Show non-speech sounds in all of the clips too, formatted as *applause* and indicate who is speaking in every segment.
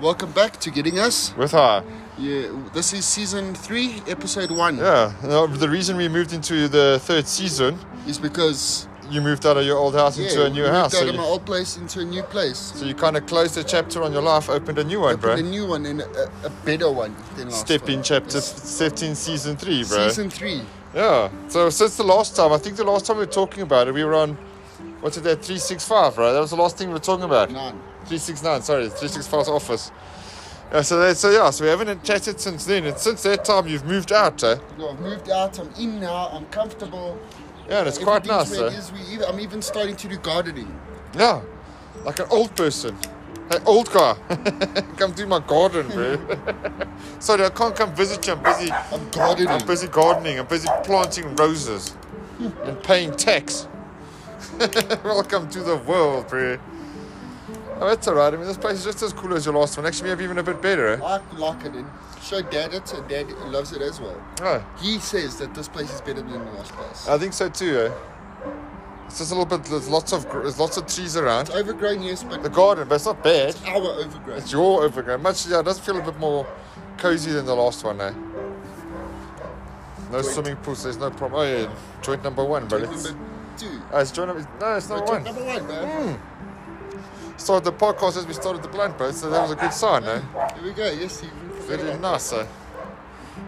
Speaker 1: Welcome back to Getting Us.
Speaker 2: with her.
Speaker 1: Yeah, this is season three, episode one.
Speaker 2: Yeah. Now, The reason we moved into the third season,
Speaker 1: Is because
Speaker 2: you moved out of your old house
Speaker 1: yeah,
Speaker 2: into a
Speaker 1: we
Speaker 2: new
Speaker 1: moved
Speaker 2: house. eh?
Speaker 1: out
Speaker 2: So
Speaker 1: of my
Speaker 2: you,
Speaker 1: old place into a new place.
Speaker 2: so you kind of closed a chapter on your life, opened a new one,
Speaker 1: Opened a
Speaker 2: bro.
Speaker 1: new one and a, a better one than last
Speaker 2: Step
Speaker 1: one.
Speaker 2: in chapter 13, season 3, bro.
Speaker 1: Season three.
Speaker 2: Yeah. So since the last time, I think the last time we were talking about it, we were on, what's it, that 365, right? That was the last thing we were talking about.
Speaker 1: Nine.
Speaker 2: 369, sorry, 365's office. Yeah, so, that, so yeah, so we haven't chatted since then. And since that time, you've moved out, eh?
Speaker 1: No, I've moved out. I'm in now. I'm comfortable.
Speaker 2: Yeah, and it's quite nice,
Speaker 1: Everything's where
Speaker 2: eh?
Speaker 1: it is. We even, I'm even starting to do gardening.
Speaker 2: Yeah, like an old person. Hey, old guy, *laughs* come do my garden, bro. *laughs* Sorry, I can't come visit you. I'm busy.
Speaker 1: I'm gardening.
Speaker 2: I'm busy gardening. I'm busy planting roses and paying tax. *laughs* Welcome to the world, bro. Oh, that's alright. I mean, this place is just as cool as your last one. Actually, maybe even a bit better. Eh?
Speaker 1: I like it and show dad it, so dad loves it as well.
Speaker 2: Oh,
Speaker 1: He says that this place is better than the last place.
Speaker 2: I think so too. Eh? It's just a little bit. There's lots of gr- there's lots of trees around.
Speaker 1: It's overgrown, yes, but
Speaker 2: The garden, but it's not bad.
Speaker 1: our overgrown.
Speaker 2: It's your overgrown. Much yeah, it does feel a bit more cozy than the last one, eh? No swimming pools, there's no problem. Oh yeah, joint number one, but it's
Speaker 1: Number two.
Speaker 2: uh, it's joint number no, it's number one.
Speaker 1: Number one, man.
Speaker 2: Started the podcast as we started the blind post, so that was a good sign, eh?
Speaker 1: Here we go. Yes, you
Speaker 2: Very nice, eh?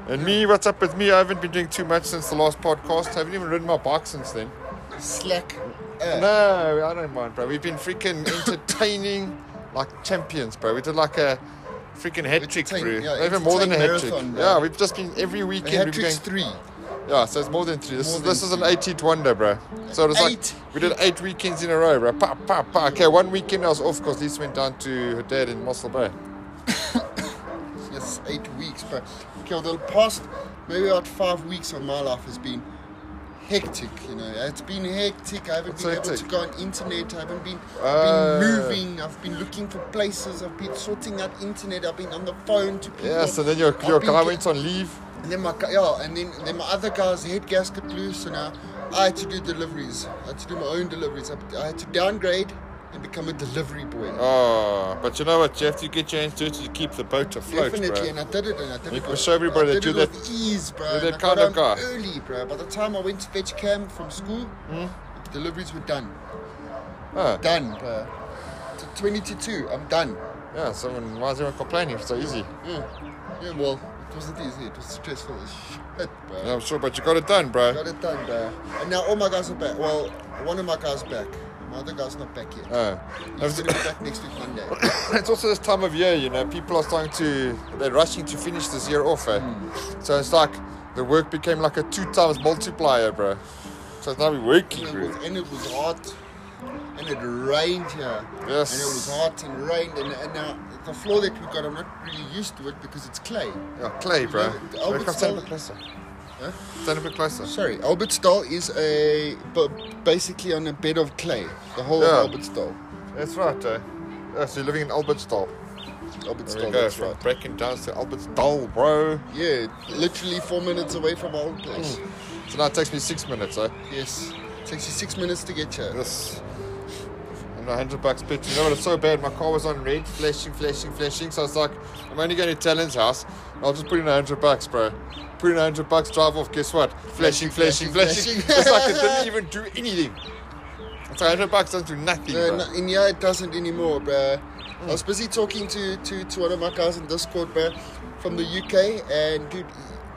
Speaker 2: And me, what's up with me? I haven't been doing too much since the last podcast. haven't even ridden my bike since then.
Speaker 1: slack. Uh,
Speaker 2: *laughs* No, I don't mind, bro. We've been
Speaker 1: *coughs*
Speaker 2: freaking entertaining like champions, bro. We did like a freaking hat trick, bro.
Speaker 1: Entertain- yeah,
Speaker 2: Even more than a hat
Speaker 1: entertain
Speaker 2: trick.
Speaker 1: marathon, bro.
Speaker 2: Yeah, we've just been every
Speaker 1: the
Speaker 2: weekend.
Speaker 1: hat
Speaker 2: We've been
Speaker 1: trick's
Speaker 2: going,
Speaker 1: three.
Speaker 2: yeah, so it's more than three. This,
Speaker 1: More
Speaker 2: is, this
Speaker 1: than
Speaker 2: is an 18th wonder, bro. So it's
Speaker 1: Eight.
Speaker 2: like we did eight weekends in a row, bro. Pa, pa, pa. Okay, one weekend I was off because Lisa went down to her dad in Mossel Bay.
Speaker 1: Yes, eight weeks. But okay, the past maybe about five weeks of my life has been hectic. You know, it's been hectic. I haven't
Speaker 2: What's
Speaker 1: been able to
Speaker 2: hectic?
Speaker 1: go on internet. I haven't been,
Speaker 2: Ah.
Speaker 1: been moving. I've been looking for places. I've been sorting out internet. I've been on the phone to people.
Speaker 2: Yes, and then your,
Speaker 1: I've
Speaker 2: your
Speaker 1: been
Speaker 2: guy
Speaker 1: get-
Speaker 2: went on leave.
Speaker 1: And then my gu- yeah, and then then my other guy's head gasket loose, and now I had to do deliveries. I had to do my own deliveries. I, I had to downgrade and become a delivery boy.
Speaker 2: Oh, but you know what, Jeff? You get your hands dirty to keep the boat afloat,
Speaker 1: Definitely,
Speaker 2: bro.
Speaker 1: and I did it, and I did
Speaker 2: You
Speaker 1: it.
Speaker 2: can
Speaker 1: with-
Speaker 2: show everybody
Speaker 1: I
Speaker 2: that
Speaker 1: did
Speaker 2: you're
Speaker 1: it
Speaker 2: that-
Speaker 1: with ease, bro.
Speaker 2: you're
Speaker 1: and
Speaker 2: that
Speaker 1: I got
Speaker 2: kind of
Speaker 1: home
Speaker 2: guy.
Speaker 1: Early, bro. By the time I went to fetch Cam from school, the deliveries were done.
Speaker 2: Hmm? Ah,
Speaker 1: Done, bro. It's Twenty to two. I'm done.
Speaker 2: yeah, so why is everyone complaining? It's so easy.
Speaker 1: Yeah. Yeah. Well, it wasn't easy. It was stressful as shit, bro.
Speaker 2: Yeah, I'm sure, but you got it done, bro.
Speaker 1: Got it done, bro. And now all my guys are back. Well, one of my guys back. My other guy's not back yet.
Speaker 2: Oh.
Speaker 1: He's gonna be back next week Monday.
Speaker 2: *laughs* It's also this time of year, you know, people are starting to, they're rushing to finish this year off, eh? So it's like the work became like a two times multiplier, bro. So now we're working,
Speaker 1: And it
Speaker 2: bro.
Speaker 1: was, and it was hot, and it rained here.
Speaker 2: Yes.
Speaker 1: And it was hot and rained, and, and now the floor that we got, I'm not really used to it because it's clay.
Speaker 2: Yeah, oh, clay, bro.
Speaker 1: Yeah, the
Speaker 2: Look,
Speaker 1: Albert
Speaker 2: come stand a
Speaker 1: Stella-
Speaker 2: bit closer.
Speaker 1: Huh?
Speaker 2: Stand a bit closer.
Speaker 1: Sorry, Albertsdal is a but basically on a bed of clay. The whole
Speaker 2: Yeah.
Speaker 1: of Albertsdal.
Speaker 2: That's right, eh? Yeah, so you're living in Albertsdal. There
Speaker 1: Albertsdal,
Speaker 2: we go,
Speaker 1: that's
Speaker 2: from
Speaker 1: right.
Speaker 2: Brecken down to Albertsdal, bro.
Speaker 1: Yeah, literally four minutes away from our old place.
Speaker 2: So now it takes me six minutes, eh?
Speaker 1: Yes, takes you six minutes to get here.
Speaker 2: This. And a hundred bucks bet. You know what? It's so bad. My car was on red, flashing, flashing, flashing. So I was like, I'm only going to Talon's house. and I'll just put in a hundred bucks, bro. Put in a hundred bucks, drive off. Guess what? Flashing, flashing,
Speaker 1: Flashing,
Speaker 2: flashing.
Speaker 1: flashing,
Speaker 2: it's like it didn't even do anything. It's a hundred bucks doesn't do nothing,
Speaker 1: No,
Speaker 2: bro.
Speaker 1: Uh, no, in yeah, it doesn't anymore, bruh. I was busy talking to, to, to one of my guys in Discord, bruh, from the UK, and dude,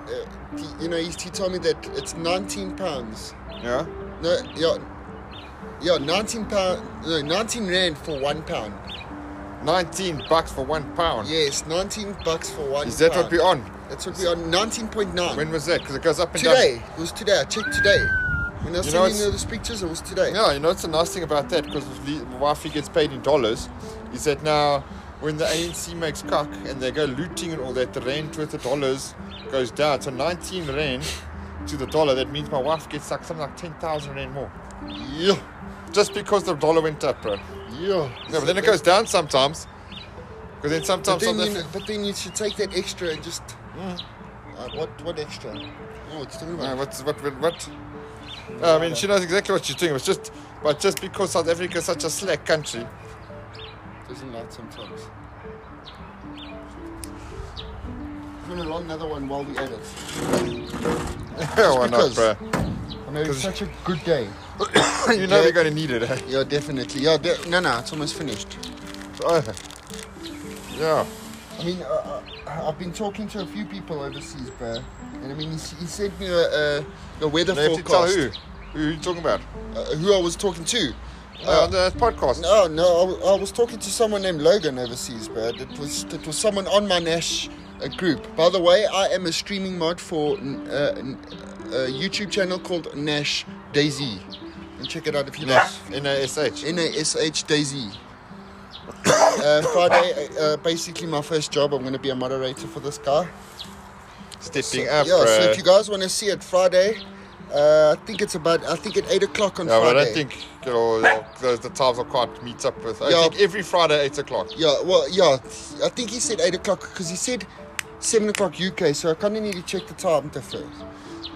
Speaker 1: uh, he, you know, he, he told me that it's 19 pounds.
Speaker 2: Yeah.
Speaker 1: No, yeah, yeah, 19 pound, no, 19 rand for one pound.
Speaker 2: Nineteen bucks for one pound.
Speaker 1: Yes, 19 bucks for one.
Speaker 2: Is that what
Speaker 1: pound.
Speaker 2: we're on?
Speaker 1: That's what we're on. 19.9.
Speaker 2: When was that? Because it goes up and down.
Speaker 1: today it was today. I checked today. When I was
Speaker 2: You know,
Speaker 1: sending
Speaker 2: it's-
Speaker 1: you those pictures, it was today.
Speaker 2: Yeah, you know, it's a nice thing about that because Wafi gets paid in dollars is that now when the ANC makes cock and they go looting and all that, the rand worth of dollars goes down. So 19 rand to the dollar, that means my wife gets like something like 10,000 rand more.
Speaker 1: Yeah,
Speaker 2: Just because the dollar went up, bro. Yeah,
Speaker 1: yeah.
Speaker 2: but then it goes down sometimes. Because then
Speaker 1: But
Speaker 2: sometimes.
Speaker 1: then, you,
Speaker 2: something-
Speaker 1: but then you should take that extra and just. Uh, what what extra? Oh, it's talking
Speaker 2: No,
Speaker 1: about.
Speaker 2: Ah, what's, what, what, what? I mean, she knows exactly what she's doing. It's just, but just because South Africa is such a slack country,
Speaker 1: Doesn't like sometimes. going to roll another one while we edit.
Speaker 2: *laughs* Why not,
Speaker 1: because-
Speaker 2: bro?
Speaker 1: I'm having
Speaker 2: 'Cause-
Speaker 1: such a good day.
Speaker 2: you
Speaker 1: *laughs*
Speaker 2: know
Speaker 1: Yeah.
Speaker 2: we're gonna need it, eh?
Speaker 1: Yeah, definitely. Yeah, de- no, no, it's almost finished.
Speaker 2: Oh. Yeah.
Speaker 1: I mean, uh, uh, I've been talking to a few people overseas, bro. And I mean, he, s- he sent me a, a, a weather
Speaker 2: They have to tell
Speaker 1: forecast.
Speaker 2: who. Who are you talking about?
Speaker 1: Uh, who I was talking to.
Speaker 2: Uh, on the podcast.
Speaker 1: Oh, No, no, I w- I, was talking to someone named Logan overseas, bro. It was it was someone on my Nash uh, group. By the way, I am a streaming mod for n- uh, n- a YouTube channel called Nash Daisy. And check it out if you like.
Speaker 2: Nash. N-A-S-H.
Speaker 1: N A S H Daisy. uh, Friday, uh, uh, basically my first job. I'm going to be a moderator for this guy.
Speaker 2: Stepping
Speaker 1: So-
Speaker 2: up, eh,
Speaker 1: yeah.
Speaker 2: bro.
Speaker 1: So if you guys want to see it Friday, uh, I think it's about I think at eight o'clock on
Speaker 2: yeah,
Speaker 1: Friday.
Speaker 2: but I don't think you know, the- those the times I can't meet up with. I
Speaker 1: Yeah.
Speaker 2: think every Friday eight o'clock.
Speaker 1: Yeah, well, yeah. I think he said eight o'clock because he said seven o'clock UK. So I kind of need to check the time difference.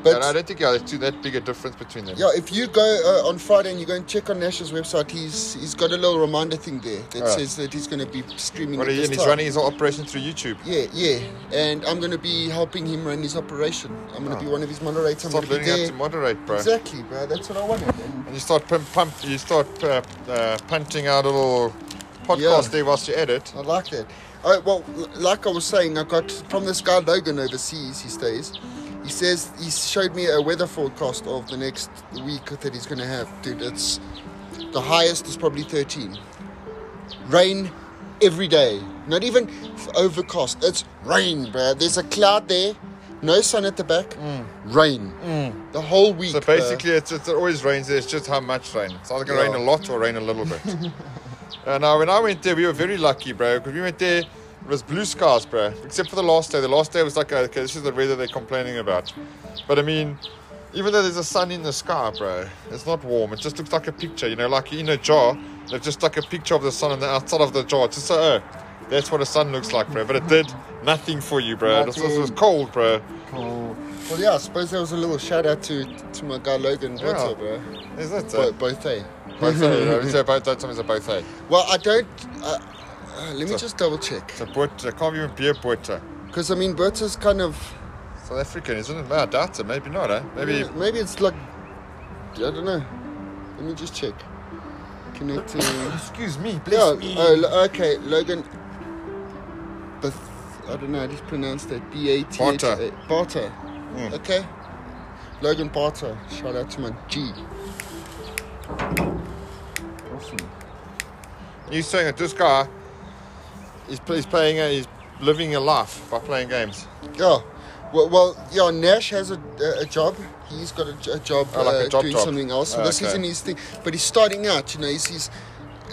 Speaker 1: But
Speaker 2: and I don't think yeah, there's too that big a difference between them.
Speaker 1: yeah, if you go uh, on Friday and you go and check on Nash's website, he's he's got a little reminder thing there that
Speaker 2: Ah.
Speaker 1: says that he's going to be streaming.
Speaker 2: What
Speaker 1: at
Speaker 2: he,
Speaker 1: this
Speaker 2: and he's
Speaker 1: time.
Speaker 2: running his whole operation through YouTube.
Speaker 1: Yeah, yeah. And I'm going to be helping him run his operation. I'm going to be one of his moderators. I'm
Speaker 2: Oh. Stop
Speaker 1: going to be
Speaker 2: learning how
Speaker 1: there.
Speaker 2: to moderate, bro.
Speaker 1: Exactly, bro. That's what I wanted. And
Speaker 2: And you start pump, pump you start uh, uh, punting out a little podcast
Speaker 1: Yeah.
Speaker 2: there whilst you edit.
Speaker 1: I like that. I, well, l- like I was saying, I got from this guy Logan overseas. He stays. He says he showed me a weather forecast of the next week that he's going to have. Dude, it's the highest is probably 13. Rain every day. Not even f- overcast. It's rain, bruh. There's a cloud there. No sun at the back. Rain. The whole week.
Speaker 2: Mm. So
Speaker 1: bruh.
Speaker 2: basically, it's, it's, it always rains there. It's just how much rain. It's either going to
Speaker 1: Yeah.
Speaker 2: rain a lot or rain a
Speaker 1: *laughs*
Speaker 2: little bit. uh, now, when I went there, we were very lucky, bro, because we went there. It was blue skies, bro, except for the last day. The last day was like, okay, this is the weather they're complaining about. But I mean, even though there's a sun in the sky, bro, it's not warm. It just looks like a picture, you know, like in a jar. They've just like a picture of the sun on the outside of the jar. It's just so, oh, that's what a sun looks like, bro. But it did nothing for you, bro. It was, it was
Speaker 1: Nothing.
Speaker 2: cold, bro.
Speaker 1: Cool. Well, yeah, I suppose there was a little shout out to, to my guy Logan. What's
Speaker 2: Yeah.
Speaker 1: up, bro?
Speaker 2: Is that
Speaker 1: Bo-
Speaker 2: so?
Speaker 1: both, eh?
Speaker 2: Both,
Speaker 1: *laughs*
Speaker 2: eh, you know, it's a both, that's a both, eh?
Speaker 1: Well, I don't. Uh, uh, let me just double check.
Speaker 2: It's a butcher. Can't even be a butcher.
Speaker 1: Because, I mean, Berta's kind of.
Speaker 2: South African, isn't it? No, I doubt it. Maybe not, eh? Maybe.
Speaker 1: Maybe it's like. I don't know. Let me just check. Connecting.
Speaker 2: *coughs*
Speaker 1: yeah,
Speaker 2: Excuse me, please. uh,
Speaker 1: oh, lo- okay, Logan. But I don't know how to pronounce that. B A T.
Speaker 2: Barter. Hmm.
Speaker 1: Barter. Okay. Logan Barter. Shout out to my G. Awesome.
Speaker 2: You're saying that this guy is he's playing, a, he's living a life by playing games.
Speaker 1: Yeah. Well, well, yeah. Nash has a, a, a job. He's got a, j- a job,
Speaker 2: Oh, like a
Speaker 1: uh,
Speaker 2: job
Speaker 1: doing
Speaker 2: job.
Speaker 1: something else. So
Speaker 2: Oh,
Speaker 1: this
Speaker 2: okay.
Speaker 1: isn't his thing. But he's starting out. You know, he's. he's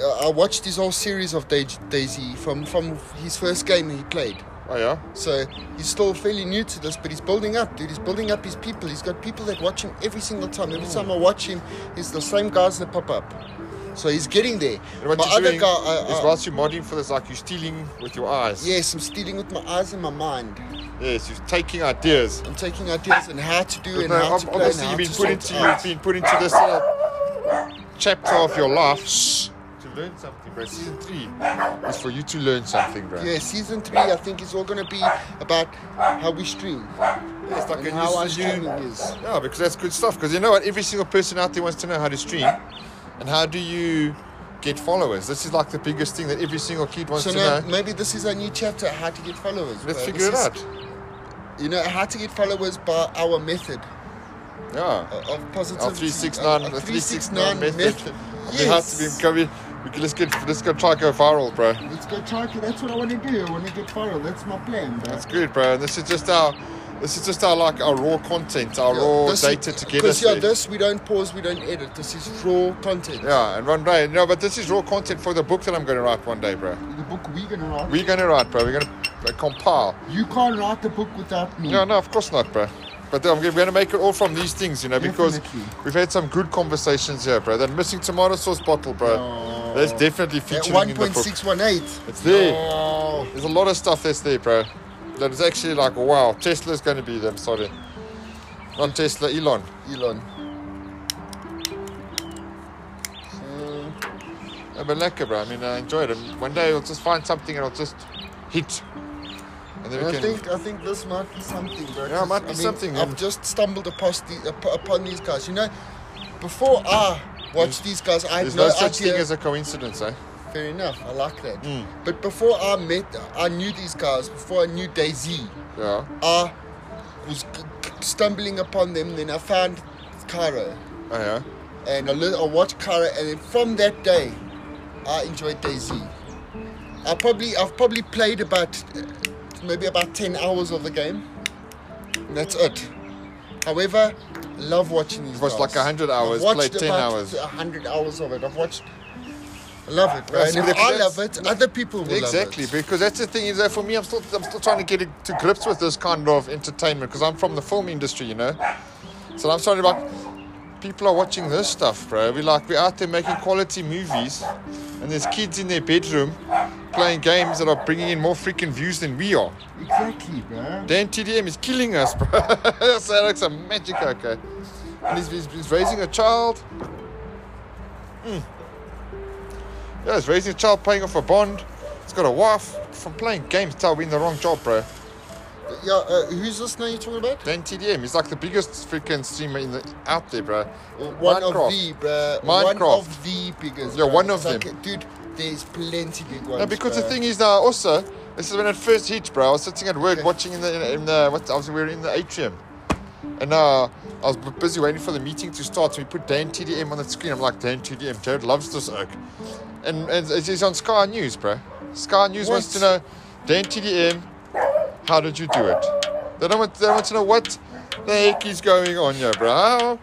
Speaker 1: uh, I watched his whole series of Dai- Daisy from from his first game he played.
Speaker 2: Oh, yeah?
Speaker 1: So he's still fairly new to this, but he's building up, dude. He's building up his people. He's got people that watch him every single time. Every time I watch him, it's the same guys that pop up. So he's getting there.
Speaker 2: And what
Speaker 1: My
Speaker 2: you're
Speaker 1: other
Speaker 2: doing
Speaker 1: guy, I-
Speaker 2: is
Speaker 1: I-
Speaker 2: whilst you're modding for this, like you're stealing with your eyes.
Speaker 1: yes, I'm stealing with my eyes and my mind.
Speaker 2: Yes, you're taking ideas.
Speaker 1: I'm taking ideas on how to do and
Speaker 2: No,
Speaker 1: how
Speaker 2: ob-
Speaker 1: to play. and
Speaker 2: obviously,
Speaker 1: how
Speaker 2: you've been
Speaker 1: to
Speaker 2: put
Speaker 1: sort
Speaker 2: into
Speaker 1: it out.
Speaker 2: you've been put into this little chapter of your life to learn something, bro. Season three is for you to learn something, bro.
Speaker 1: Yeah, season three, I think, is all going to be about how we stream
Speaker 2: It's like
Speaker 1: and
Speaker 2: a
Speaker 1: how
Speaker 2: new-
Speaker 1: our
Speaker 2: new-
Speaker 1: streaming is.
Speaker 2: Yeah, because that's good stuff. Because you know what, every single person out there wants to know how to stream, and how do you get followers? This is like the biggest thing that every single kid wants
Speaker 1: So
Speaker 2: to
Speaker 1: now,
Speaker 2: know.
Speaker 1: maybe this is a new chapter how to get followers.
Speaker 2: Let's
Speaker 1: bro.
Speaker 2: figure
Speaker 1: This
Speaker 2: it
Speaker 1: is-
Speaker 2: out.
Speaker 1: You know, how to get followers by our method Uh,
Speaker 2: Yeah,
Speaker 1: of of positivity.
Speaker 2: our three six nine,
Speaker 1: Our- our
Speaker 2: the three six nine method. *laughs* We have to
Speaker 1: Yes.
Speaker 2: be coming. We can, let's get let's go try and go viral, bro.
Speaker 1: Let's go try it. That's what I want to do. I want to get viral. That's my plan, bro.
Speaker 2: That's good, bro. This is just our this is just our like our raw content, our raw data to get us
Speaker 1: Because yeah,
Speaker 2: there.
Speaker 1: this we don't pause, we don't edit. This is raw content.
Speaker 2: yeah, and one day, no, but this is raw content for the book that I'm going to write one day, bro.
Speaker 1: The book we're gonna write.
Speaker 2: We're going to write, bro. We're going to compile.
Speaker 1: you can't write the book without me.
Speaker 2: No, no, of course not, bro. But I'm going to make it all from these things, you know, because
Speaker 1: Definitely.
Speaker 2: we've had some good conversations here, bro. That missing tomato sauce bottle, bro.
Speaker 1: No.
Speaker 2: That's definitely
Speaker 1: At
Speaker 2: featuring in the book.
Speaker 1: 1.618.
Speaker 2: It's there.
Speaker 1: Oh.
Speaker 2: There's a lot of stuff that's there, bro. That is actually like, wow, Tesla's going to be them. Sorry, not Tesla, Elon.
Speaker 1: Elon.
Speaker 2: No, but lekker, bro. I mean, I enjoyed it. One day I'll just find something and I'll just hit, and And then
Speaker 1: And
Speaker 2: we
Speaker 1: I
Speaker 2: can.
Speaker 1: think I think this might be something, bro.
Speaker 2: Yeah, it might
Speaker 1: 'cause,
Speaker 2: be
Speaker 1: I mean,
Speaker 2: something,
Speaker 1: I've
Speaker 2: yeah.
Speaker 1: just stumbled upon, the, up- upon these guys. You know, before I watched these guys, I had
Speaker 2: there's
Speaker 1: no,
Speaker 2: no, such
Speaker 1: idea.
Speaker 2: thing as a coincidence, eh?
Speaker 1: Fair enough. I like that.
Speaker 2: Mm.
Speaker 1: But before I met, I knew these guys. Before I knew Daisy,
Speaker 2: Yeah.
Speaker 1: I was g- g- stumbling upon them. Then I found Cairo,
Speaker 2: Oh, yeah.
Speaker 1: and I, learned, I watched Cairo, and then from that day, I enjoyed Daisy. I probably I've probably played about uh, maybe about ten hours of the game. And that's it. However, I love watching these.
Speaker 2: You've watched
Speaker 1: guys.
Speaker 2: like 100
Speaker 1: I've
Speaker 2: hours,
Speaker 1: watched
Speaker 2: played 10
Speaker 1: about
Speaker 2: hours.
Speaker 1: 100 hours of it. I've watched. I love it, bro.
Speaker 2: Yeah,
Speaker 1: And
Speaker 2: see,
Speaker 1: if
Speaker 2: that-
Speaker 1: I
Speaker 2: that's-
Speaker 1: love it, other people will
Speaker 2: Exactly,
Speaker 1: love it.
Speaker 2: because that's the thing is that for me, I'm still, I'm still trying to get it- to grips with this kind of entertainment because I'm from the film industry, you know. So I'm sorry about people are watching this stuff, bro. We like we're out there making quality movies, and there's kids in their bedroom playing games that are bringing in more freaking views than we are.
Speaker 1: Exactly, bro.
Speaker 2: Dan TDM is killing us, bro. *laughs* so that looks a magic, okay. And he's, he's, he's raising a child. Mm. Yeah, he's raising a child, paying off a bond. He's got a wife. From playing games, tell we're in the wrong job, bro.
Speaker 1: Yeah, uh, who's this now you're talking about?
Speaker 2: Dan TDM, he's like the biggest freaking streamer in the out there, bro.
Speaker 1: One
Speaker 2: Minecraft.
Speaker 1: of the, bro.
Speaker 2: Minecraft.
Speaker 1: One of the biggest.
Speaker 2: Yeah,
Speaker 1: bro.
Speaker 2: one
Speaker 1: It's
Speaker 2: of
Speaker 1: like,
Speaker 2: them.
Speaker 1: dude, there's plenty big ones.
Speaker 2: No, because the
Speaker 1: bro.
Speaker 2: thing is now also, this is when it first hit, bro. I was sitting at work
Speaker 1: Okay.
Speaker 2: watching in the in the what I was we were in the atrium, and uh, I was bu- busy waiting for the meeting to start. So we put Dan TDM on the screen. I'm like Dan TDM. Jared loves this oak, and and it's it's on Sky News, bro. Sky News wants to
Speaker 1: What?
Speaker 2: know Dan TDM, how did you do it? They don't want they want to know what. The heck is going on here, bro?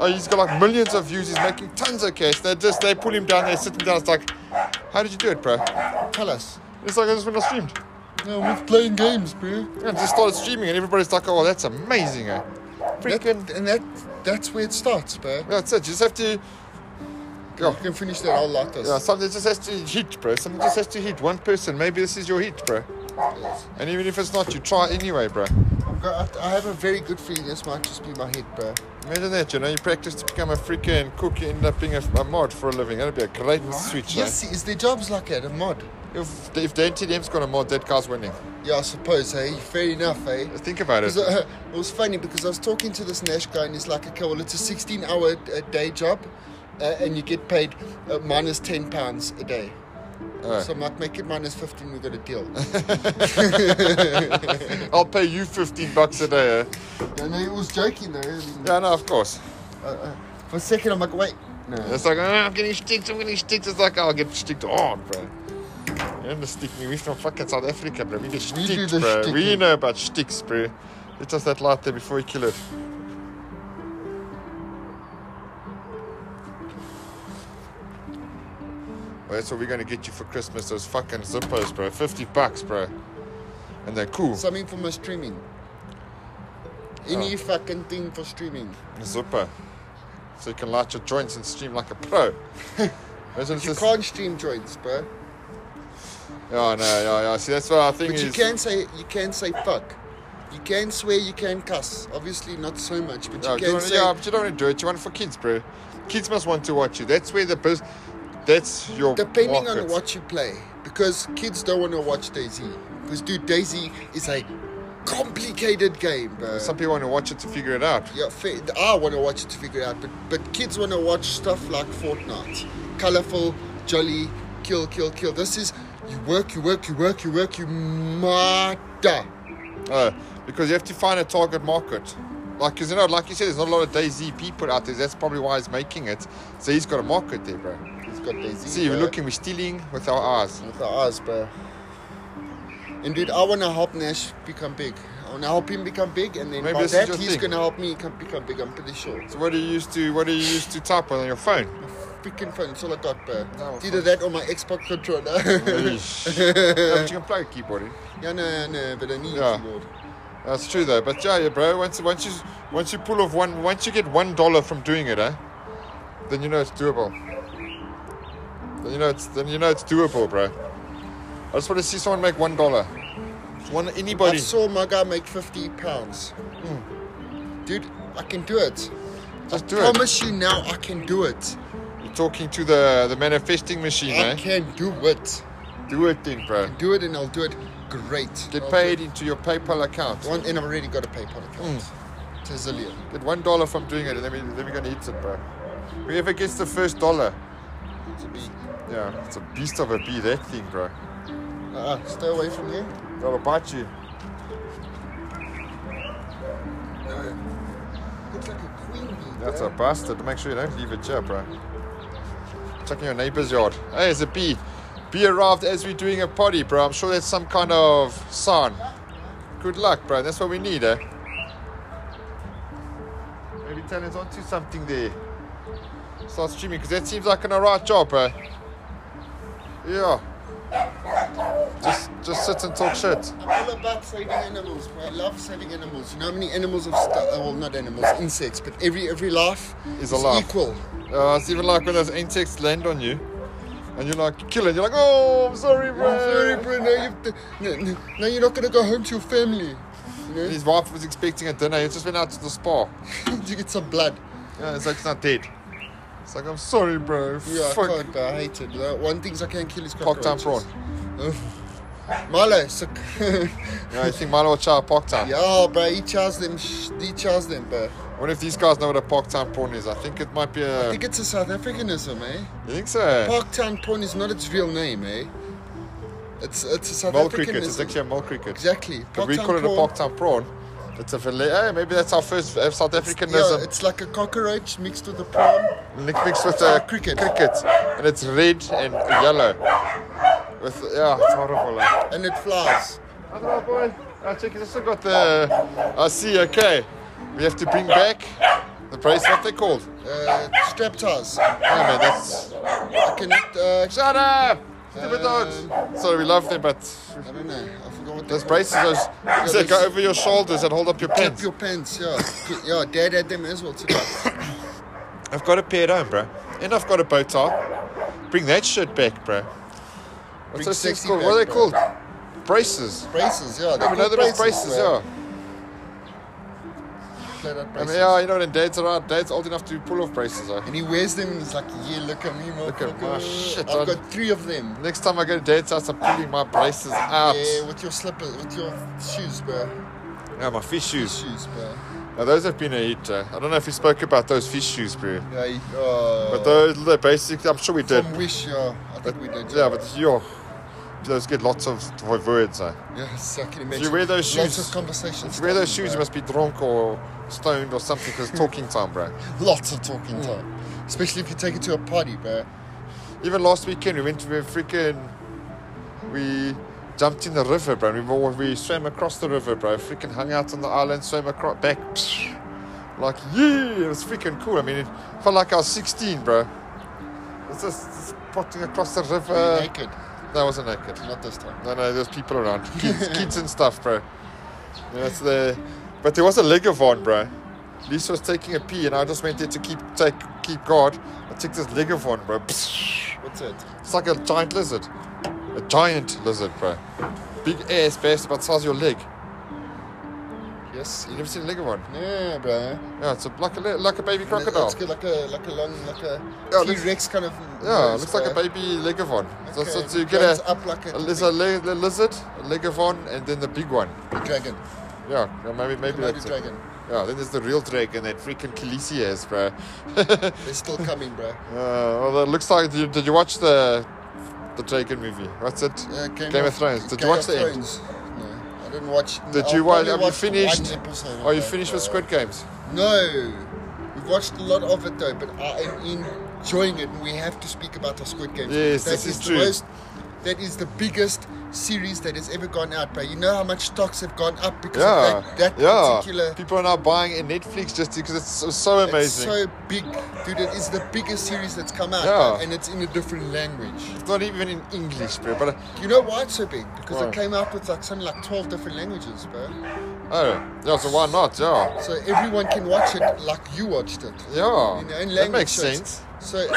Speaker 2: Oh, he's got like millions of views. He's making tons of cash. They just they pull him down. They sit him down. It's like, how did you do it, bro?
Speaker 1: Tell us.
Speaker 2: It's like that's when I streamed.
Speaker 1: No, we're playing games, bro.
Speaker 2: And just started streaming, and everybody's like, "Oh, that's amazing!" Eh?
Speaker 1: That,
Speaker 2: Freaking.
Speaker 1: and that that's where it starts, bro.
Speaker 2: That's it. You just have to.
Speaker 1: You can finish that all like
Speaker 2: Yeah,
Speaker 1: this.
Speaker 2: something just has to hit, bro. Something just has to hit one person. Maybe this is your hit, bro. And even if it's not, you try anyway, bro.
Speaker 1: I've got- I I have a very good feeling this might just be my head, bro.
Speaker 2: Imagine that. You know, you practice to become a freaking cook. You end up being a, a mod for a living. That'd be a great switch. eh?
Speaker 1: Yes, is there jobs like that? A mod?
Speaker 2: If if Dan TDM's got a mod, that guy's winning.
Speaker 1: Yeah, I suppose, hey? Fair enough, eh? hey?
Speaker 2: Think about it.
Speaker 1: Because, uh, *laughs* it was funny because I was talking to this Nash guy and he's like, okay, well, it's a 16 hour uh, day job uh, and you get paid uh, minus 10 pounds a day.
Speaker 2: Oh.
Speaker 1: So I might make it minus 15, we got a deal. *laughs*
Speaker 2: I'll pay you 15 bucks a day. Eh?
Speaker 1: and he was joking though. and,
Speaker 2: Yeah, no, of course.
Speaker 1: uh, uh, for a second, I'm like, wait, no.
Speaker 2: It's like, oh, I'm getting sticked, I'm getting sticked. It's like, I'll get sticked on, bro. You don't stick me. We're from fucking South Africa, bro. We get
Speaker 1: We do
Speaker 2: sticked,
Speaker 1: the
Speaker 2: bro. We
Speaker 1: sticking.
Speaker 2: know about sticks, bro. Let us that light there before we kill it. Well, that's what we're going to get you for Christmas those fucking zippers, bro. 50 bucks, bro. And they're cool.
Speaker 1: Something for my streaming. Any
Speaker 2: Oh.
Speaker 1: fucking thing for streaming.
Speaker 2: Zipper. So you can light your joints and stream like
Speaker 1: *laughs*
Speaker 2: a pro. Imagine it's
Speaker 1: You
Speaker 2: just-
Speaker 1: can't stream joints, bro.
Speaker 2: Oh, no, yeah, yeah. See, that's what I think
Speaker 1: But
Speaker 2: is.
Speaker 1: you can say you can say fuck. You can swear, you can cuss. Obviously, not so much, but you
Speaker 2: No, Oh, do you
Speaker 1: can
Speaker 2: wanna-
Speaker 1: say.
Speaker 2: yeah, but you don't want to do it. You want it for kids, bro. Kids must want to watch you. That's where the bus. That's your.
Speaker 1: Depending
Speaker 2: market.
Speaker 1: on what you play, because kids don't want to watch Daisy. Because dude, Daisy is a complicated game, bro.
Speaker 2: Some people want to watch it to figure it out.
Speaker 1: Yeah, fa- I want to watch it to figure it out, but but kids want to watch stuff like Fortnite, colorful, jolly, kill, kill, kill. This is you work, you work, you work, you work, you murder.
Speaker 2: Uh, because you have to find a target market. Like, 'cause, you know, like you said, there's not a lot of Daisy people out there. That's probably why he's making it. So he's got a market there, bro.
Speaker 1: He's got Daisy.
Speaker 2: See, we're
Speaker 1: bro.
Speaker 2: looking, we're stealing with our eyes.
Speaker 1: with our eyes, bro. And dude, I want to help Nash become big. I want to help him become big, and then
Speaker 2: Maybe
Speaker 1: by
Speaker 2: this is
Speaker 1: that
Speaker 2: your
Speaker 1: he's
Speaker 2: thing.
Speaker 1: gonna help me come- become big. I'm pretty sure.
Speaker 2: So what do you used to? What do you used to type on
Speaker 1: *laughs*
Speaker 2: your phone?
Speaker 1: Freaking phone, it's all I got, bro.
Speaker 2: No,
Speaker 1: It's Either er that or my Xbox controller. *laughs*
Speaker 2: Yeah, but you can play a keyboard. eh?
Speaker 1: yeah, no, no, but I need
Speaker 2: Yeah.
Speaker 1: a keyboard.
Speaker 2: That's true though, but yeah, yeah, bro. Once once you once you pull off one, once you get one dollar from doing it, eh? Then you know it's doable. Then you know it's then you know it's doable, bro. I just want to see someone make one dollar. One
Speaker 1: I
Speaker 2: anybody.
Speaker 1: saw my guy make 50 er pounds. Dude, I can do it.
Speaker 2: Just do
Speaker 1: I
Speaker 2: it.
Speaker 1: promise you now, I can do it.
Speaker 2: You're talking to the the manifesting machine,
Speaker 1: I
Speaker 2: eh?
Speaker 1: can do it.
Speaker 2: Do it then, bro.
Speaker 1: Do it and I'll do it great.
Speaker 2: Get
Speaker 1: I'll
Speaker 2: paid
Speaker 1: do
Speaker 2: into your PayPal account.
Speaker 1: it. One, and I've already got a PayPal account. It's a zillion.
Speaker 2: Get one dollar from doing it, and then we then we're gonna eat it, bro. Whoever gets the first dollar,
Speaker 1: It's a bee.
Speaker 2: yeah, it's a beast of a bee that thing, bro.
Speaker 1: Uh-uh. Stay away from here.
Speaker 2: That'll bite you.
Speaker 1: No. Looks like a queen bee.
Speaker 2: That's
Speaker 1: bro.
Speaker 2: a bastard. Make sure you don't leave it here, bro. Check in your neighbor's yard. Hey, it's a bee. Bee arrived as we're doing a potty, bro. I'm sure that's some kind of sign. Good luck, bro. That's what we need, eh? Maybe tell us onto something there. Start streaming, because that seems like an alright job, bro. Yeah. Just, just sit and talk shit.
Speaker 1: I'm all about saving animals, bro. I love saving animals. You know how many animals have stu- uh, well, not animals, insects, but every every life
Speaker 2: Is a life.
Speaker 1: equal.
Speaker 2: Uh, it's even like when those insects land on you, and you're like, kill it. You're like, oh, I'm sorry, bro.
Speaker 1: Sorry, bro. Now, you've t- no, no, now you're not gonna go home to your family. You know,
Speaker 2: His wife was expecting a dinner. He just went out to the spa.
Speaker 1: *laughs* you get some blood.
Speaker 2: Yeah, it's like it's not dead. It's like I'm sorry, bro.
Speaker 1: Yeah, I
Speaker 2: Fuck.
Speaker 1: can't, bro. I hate it. The one things I can kill is
Speaker 2: Park time
Speaker 1: cockroaches. Oh.
Speaker 2: prawn.
Speaker 1: Milo, suck.
Speaker 2: Yeah, I think Milo Chow park
Speaker 1: *laughs*
Speaker 2: time.
Speaker 1: yeah, bro. He charges them. Sh- he charges them, bro.
Speaker 2: I wonder if these guys know what a park time prawn is. I think it might be
Speaker 1: I
Speaker 2: a.
Speaker 1: think it's a South Africanism, eh?
Speaker 2: You think so?
Speaker 1: Parktown prawn is not its real name, eh? It's it's a South
Speaker 2: Mole
Speaker 1: Africanism.
Speaker 2: cricket. It's actually a mole cricket.
Speaker 1: Exactly.
Speaker 2: But we
Speaker 1: Parktown
Speaker 2: call it a
Speaker 1: prawn.
Speaker 2: park time prawn. It's a fillet. Hey, maybe that's our first uh, South
Speaker 1: Yeah,
Speaker 2: Africanism.
Speaker 1: it's like a cockroach mixed with a prawn.
Speaker 2: Nick mixed with a
Speaker 1: Cricket.
Speaker 2: cricket, and it's red and yellow. With yeah, it's horrible. eh?
Speaker 1: And it flies.
Speaker 2: I don't know, boy. I check it. Also got the. I see. Okay, we have to bring back the brace. What they called?
Speaker 1: Uh, strap ties.
Speaker 2: Oh man, that's.
Speaker 1: I cannot, uh,
Speaker 2: Shut up, stupid dogs. Sorry, we love them, but
Speaker 1: I don't know. I forgot what
Speaker 2: those
Speaker 1: those
Speaker 2: braces those they go over your shoulders and hold up your
Speaker 1: Tap
Speaker 2: pants.
Speaker 1: your pants, yeah. Good- Yeah, dad had them as well today.
Speaker 2: *coughs* I've got a pair on, bro, and I've got a bow tie. Bring that shit back, bro. What's
Speaker 1: Bring
Speaker 2: those things
Speaker 1: sexy
Speaker 2: called? What are they
Speaker 1: back,
Speaker 2: called?
Speaker 1: bro.
Speaker 2: Braces.
Speaker 1: Braces, yeah.
Speaker 2: I mean, other braces, braces yeah.
Speaker 1: Flat out
Speaker 2: I
Speaker 1: braces.
Speaker 2: mean, yeah, you know, when dad's around, dad's old enough to pull off braces, eh?
Speaker 1: And he wears them and he's like, yeah, look at me,
Speaker 2: Look at my
Speaker 1: motherfucker.
Speaker 2: shit,
Speaker 1: I've
Speaker 2: I-
Speaker 1: got three of them.
Speaker 2: Next time I go to dad's house, I'm pulling my braces out.
Speaker 1: Yeah, with your slippers, with your shoes, bro.
Speaker 2: Yeah, my fish shoes.
Speaker 1: Shoes, bro.
Speaker 2: Now, those have been a hit. eh? I don't know if we spoke about those fish shoes, bro.
Speaker 1: Yeah, he- oh.
Speaker 2: But those, they're basically, I'm sure we did.
Speaker 1: From Wish, yeah. I think we did.
Speaker 2: Yeah, but yo, those get lots of v- words. eh?
Speaker 1: Yes, I can imagine.
Speaker 2: wear those shoes-
Speaker 1: Lots of conversations.
Speaker 2: If you wear those
Speaker 1: starting,
Speaker 2: shoes, you
Speaker 1: bro.
Speaker 2: must be drunk or stoned or something because talking time, bro.
Speaker 1: Lots of
Speaker 2: Hmm.
Speaker 1: talking time. Especially if you take it to a party, bro.
Speaker 2: Even last weekend, we went to a freaking. We jumped in the river, bro. We, wa- we swam across the river, bro. Freaking hung out on the island, swam across back. Like, yeah, it was freaking cool. I mean, it felt like I was 16, bro. It's just just potting across the
Speaker 1: You're
Speaker 2: river.
Speaker 1: naked.
Speaker 2: That wasn't naked.
Speaker 1: Not this time.
Speaker 2: No, no, there's people around. Kids, kids and stuff, bro. That's the. But there was a Legavon, bro. Lisa was taking a pee, and I just went there to keep take keep guard. I took this Legavon, bro.
Speaker 1: What's it?
Speaker 2: It's like a giant lizard. A giant lizard, bro. Big ass, based about the size of your leg.
Speaker 1: Yes.
Speaker 2: You never seen a Legavon?
Speaker 1: Yeah, bro.
Speaker 2: Yeah, it's a, like a li- like a baby crocodile.
Speaker 1: It's good, like a like a long like a
Speaker 2: Yeah,
Speaker 1: T
Speaker 2: looks-
Speaker 1: Rex kind of.
Speaker 2: Yeah, it
Speaker 1: nose,
Speaker 2: looks like a
Speaker 1: bro.
Speaker 2: baby Legavon. So, so,
Speaker 1: Okay,
Speaker 2: you get
Speaker 1: runs
Speaker 2: a,
Speaker 1: up like a,
Speaker 2: a, there's a, le, a lizard, a Legavon, and then the big one.
Speaker 1: dragon.
Speaker 2: Yeah, yeah, maybe maybe
Speaker 1: Canary
Speaker 2: that's it.
Speaker 1: dragon.
Speaker 2: Yeah, then there's the real dragon that freaking Khaleesi has, bro.
Speaker 1: They're still coming, bro.
Speaker 2: Uh, well, it looks like did, did you watch the the dragon movie? What's it?
Speaker 1: Uh,
Speaker 2: Game of Thrones. Did you
Speaker 1: Game
Speaker 2: watch
Speaker 1: of
Speaker 2: the end?
Speaker 1: Thrones. No, I didn't watch.
Speaker 2: Did
Speaker 1: I'll
Speaker 2: you watch?
Speaker 1: probably
Speaker 2: Have you
Speaker 1: watch
Speaker 2: finished?
Speaker 1: One episode
Speaker 2: Are you
Speaker 1: of it,
Speaker 2: finished
Speaker 1: bro.
Speaker 2: with Squid Games?
Speaker 1: No, we've watched a lot of it though, but I am enjoying it, and we have to speak about the Squid Games.
Speaker 2: Yes,
Speaker 1: That
Speaker 2: this is
Speaker 1: the
Speaker 2: true.
Speaker 1: most- that is the biggest series that has ever gone out, bro. You know how much stocks have gone up because
Speaker 2: Yeah,
Speaker 1: of that, that
Speaker 2: yeah.
Speaker 1: particular.
Speaker 2: People are now buying it Netflix just because it's so, so
Speaker 1: It's
Speaker 2: amazing.
Speaker 1: so big, dude. It is the biggest series that's come out,
Speaker 2: Yeah.
Speaker 1: bro, and it's in a different language.
Speaker 2: It's not even in English, bro. But uh,
Speaker 1: You know why it's so big? Because
Speaker 2: Why?
Speaker 1: it came out with like something like 12 different languages, bro.
Speaker 2: oh, yeah. So why not? Yeah,
Speaker 1: So everyone can watch it like you watched it.
Speaker 2: yeah.
Speaker 1: in their own
Speaker 2: that
Speaker 1: language.
Speaker 2: makes
Speaker 1: so it's-
Speaker 2: sense.
Speaker 1: So
Speaker 2: was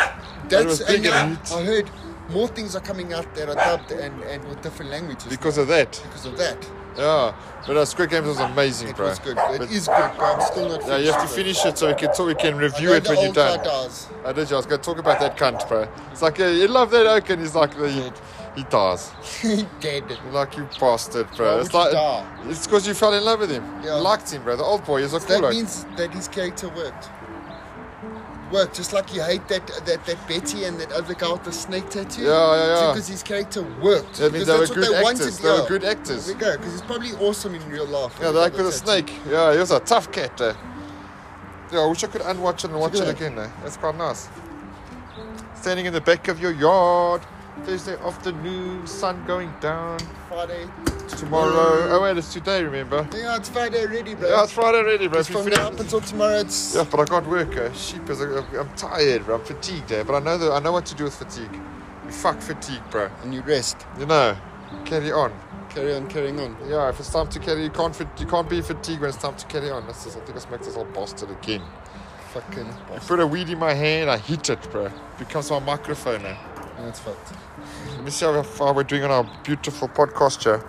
Speaker 1: that's and
Speaker 2: big
Speaker 1: now
Speaker 2: and neat.
Speaker 1: I heard more things are coming out that are dubbed and, and with different languages
Speaker 2: Because of that,
Speaker 1: because of that.
Speaker 2: yeah. But uh, Squid Games was amazing,
Speaker 1: It
Speaker 2: bro.
Speaker 1: was good.
Speaker 2: But-
Speaker 1: It is good, but I'm still not.
Speaker 2: Yeah, you have to
Speaker 1: finished
Speaker 2: finish it so we can so we can
Speaker 1: with
Speaker 2: review
Speaker 1: I know
Speaker 2: it
Speaker 1: the
Speaker 2: when you're
Speaker 1: old guy
Speaker 2: done.
Speaker 1: dies.
Speaker 2: I did. I was going to talk about that cunt, bro. It's like yeah, you love that oak, and he's like the he dies.
Speaker 1: *laughs* Dead.
Speaker 2: Like you bastard, bro.
Speaker 1: Why
Speaker 2: it's
Speaker 1: would
Speaker 2: like
Speaker 1: you die?
Speaker 2: it's because you fell in love with him.
Speaker 1: Yeah.
Speaker 2: You liked him, bro. The old boy is a
Speaker 1: That
Speaker 2: cool oak.
Speaker 1: means that his character worked. Worked just like you hate that that, that Betty and that other guy with the snake tattoo.
Speaker 2: Yeah, yeah, yeah.
Speaker 1: Because his character worked.
Speaker 2: That means
Speaker 1: Because
Speaker 2: they were
Speaker 1: that's what
Speaker 2: good
Speaker 1: they
Speaker 2: actors.
Speaker 1: wanted,
Speaker 2: They were
Speaker 1: yeah.
Speaker 2: good
Speaker 1: There
Speaker 2: actors.
Speaker 1: we go. Because he's probably awesome in real life.
Speaker 2: Yeah, they like with a snake. Yeah, he was a tough cat. Eh? Yeah, I wish I could unwatch it and watch
Speaker 1: good
Speaker 2: it
Speaker 1: act.
Speaker 2: again. Eh? That's quite nice. Standing in the back of your yard. Thursday afternoon, sun going down.
Speaker 1: Friday.
Speaker 2: Tomorrow. Oh wait, it's today. Remember?
Speaker 1: Yeah, it's Friday already, bro.
Speaker 2: Yeah, it's Friday already, bro.
Speaker 1: It's
Speaker 2: If you
Speaker 1: from
Speaker 2: finish-
Speaker 1: now up until tomorrow. It's
Speaker 2: Yeah, but I can't work. Uh, sheep is. Uh, I'm tired. Bro. I'm fatigued. Eh? But I know that I know what to do with fatigue. You fuck fatigue, bro.
Speaker 1: and you rest.
Speaker 2: You know, carry on.
Speaker 1: Carry on, carrying on.
Speaker 2: Yeah, if it's time to carry, you can't fit, you can't be fatigued when it's time to carry on. That's just, I think this makes this whole bastard again.
Speaker 1: Fucking.
Speaker 2: You
Speaker 1: boss.
Speaker 2: put a weed in my hand, I hit it, bro. It becomes my microphone now.
Speaker 1: That's fucked.
Speaker 2: Let me see how far we're doing on our beautiful podcast here.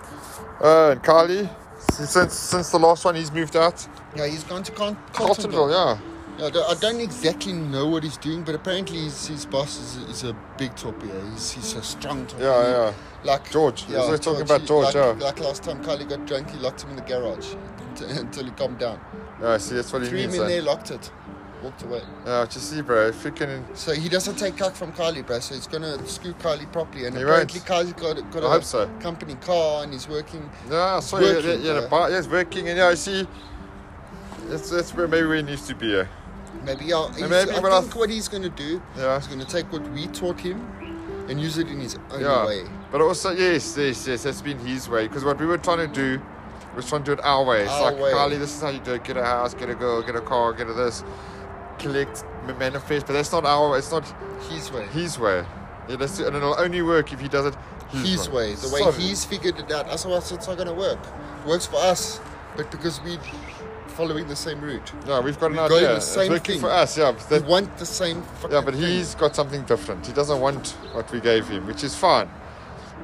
Speaker 2: Uh, and Kylie, s- since since the last one, he's moved out.
Speaker 1: Yeah, he's gone to Con-
Speaker 2: Carltonville, yeah.
Speaker 1: Yeah, I don't- I don't exactly know what he's doing, but apparently his, his boss is, is a big torpedo. He's, he's a strong torpedo.
Speaker 2: Yeah, yeah.
Speaker 1: Like
Speaker 2: George. We were talking about
Speaker 1: he-
Speaker 2: George,
Speaker 1: Like,
Speaker 2: yeah.
Speaker 1: like last time, Kylie got drunk. He locked him in the garage *laughs* t- until he calmed down.
Speaker 2: Yeah, see, that's what he
Speaker 1: Threw him
Speaker 2: means.
Speaker 1: in
Speaker 2: eh?
Speaker 1: there, locked it, walked away.
Speaker 2: Yeah, what you see, bro. Freaking.
Speaker 1: So he doesn't take cuck from Kylie, bro. So he's gonna screw Kylie properly. And
Speaker 2: He
Speaker 1: apparently,
Speaker 2: won't.
Speaker 1: Kylie's got, a- got
Speaker 2: I
Speaker 1: a
Speaker 2: hope so.
Speaker 1: company car and he's working.
Speaker 2: Yeah, I saw
Speaker 1: It's
Speaker 2: you.
Speaker 1: working,
Speaker 2: Yeah,
Speaker 1: bro.
Speaker 2: the bar. Yeah, it's working, and yeah, I see. That's that's where maybe we need to be. eh?
Speaker 1: Maybe yeah. he's-
Speaker 2: maybe
Speaker 1: I
Speaker 2: when I-
Speaker 1: think what he's gonna do.
Speaker 2: Yeah.
Speaker 1: He's gonna take what we taught him, and use it in his own
Speaker 2: Yeah.
Speaker 1: way.
Speaker 2: But also, yes, yes, yes, that's been his way. Because what we were trying to do was trying to do it our way. It's
Speaker 1: Our
Speaker 2: like,
Speaker 1: way.
Speaker 2: Carly, this is how you do it. Get a house, get a girl, get a car, get a this. Collect, ma- manifest. But that's not our It's not
Speaker 1: His way.
Speaker 2: his way. Yeah, that's, and it'll only work if he does it his,
Speaker 1: his way, the way
Speaker 2: So-
Speaker 1: he's figured it out. Otherwise, it's not going to work. Works for us, but because we're following the same route,
Speaker 2: No, we've got an
Speaker 1: We're going
Speaker 2: idea.
Speaker 1: the
Speaker 2: It's
Speaker 1: same
Speaker 2: working
Speaker 1: thing.
Speaker 2: for us, yeah. but
Speaker 1: we
Speaker 2: that-
Speaker 1: want the same. Fucking
Speaker 2: yeah, but
Speaker 1: thing.
Speaker 2: he's got something different. He doesn't want what we gave him, which is fine.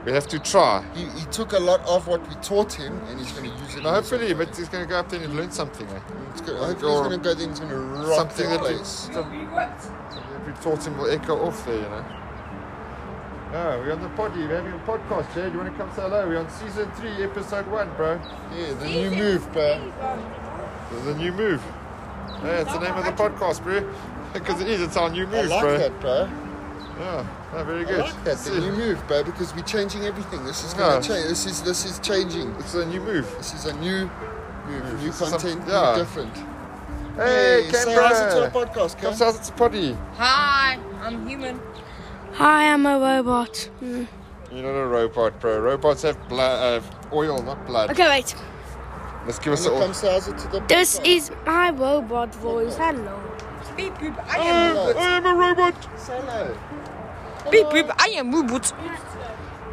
Speaker 2: We have to try.
Speaker 1: he, he took a lot of what we taught him, and he's going to use it.
Speaker 2: No,
Speaker 1: in his own
Speaker 2: hopefully,
Speaker 1: way.
Speaker 2: but he's going to go up there and learn something. eh?
Speaker 1: It's gonna, hopefully he's
Speaker 2: or
Speaker 1: going to go there. and He's going to rock
Speaker 2: something
Speaker 1: the
Speaker 2: that he-
Speaker 1: place.
Speaker 2: We thought him will echo off there, you know. Oh, we're on the pod. We're having a podcast, Jay. Do you want to come say hello? We're on season three, episode one, bro.
Speaker 1: Yeah, the new move, bro.
Speaker 2: There's a new move. Yeah, it's the name of the podcast, bro. *laughs* Because it is. It's our new
Speaker 1: I
Speaker 2: move,
Speaker 1: like
Speaker 2: bro.
Speaker 1: that, bro.
Speaker 2: Yeah, no, very
Speaker 1: I
Speaker 2: good.
Speaker 1: like that. The
Speaker 2: See,
Speaker 1: new move, bro, because we're changing everything. This is
Speaker 2: Yeah.
Speaker 1: going to change. This is this is changing.
Speaker 2: It's a new move.
Speaker 1: This is a new move, new
Speaker 2: This is some-
Speaker 1: content,
Speaker 2: yeah.
Speaker 1: new different.
Speaker 2: Hey, Ken,
Speaker 1: say
Speaker 2: bro.
Speaker 1: hi to the podcast,
Speaker 2: Come
Speaker 1: Cam.
Speaker 2: say it's a potty.
Speaker 3: Hi, I'm human.
Speaker 4: Hi, I'm a robot. Mm.
Speaker 2: You're not a robot, bro. Robots have blood, uh, oil, not blood.
Speaker 4: Okay, wait.
Speaker 2: Let's give us
Speaker 1: And
Speaker 2: a.
Speaker 1: it comes out to the
Speaker 4: This
Speaker 1: podcast.
Speaker 4: is my robot voice. Hello.
Speaker 3: Beep boop, I am
Speaker 2: Oh, I am a robot.
Speaker 1: Say hello.
Speaker 3: beep boop, I am robot.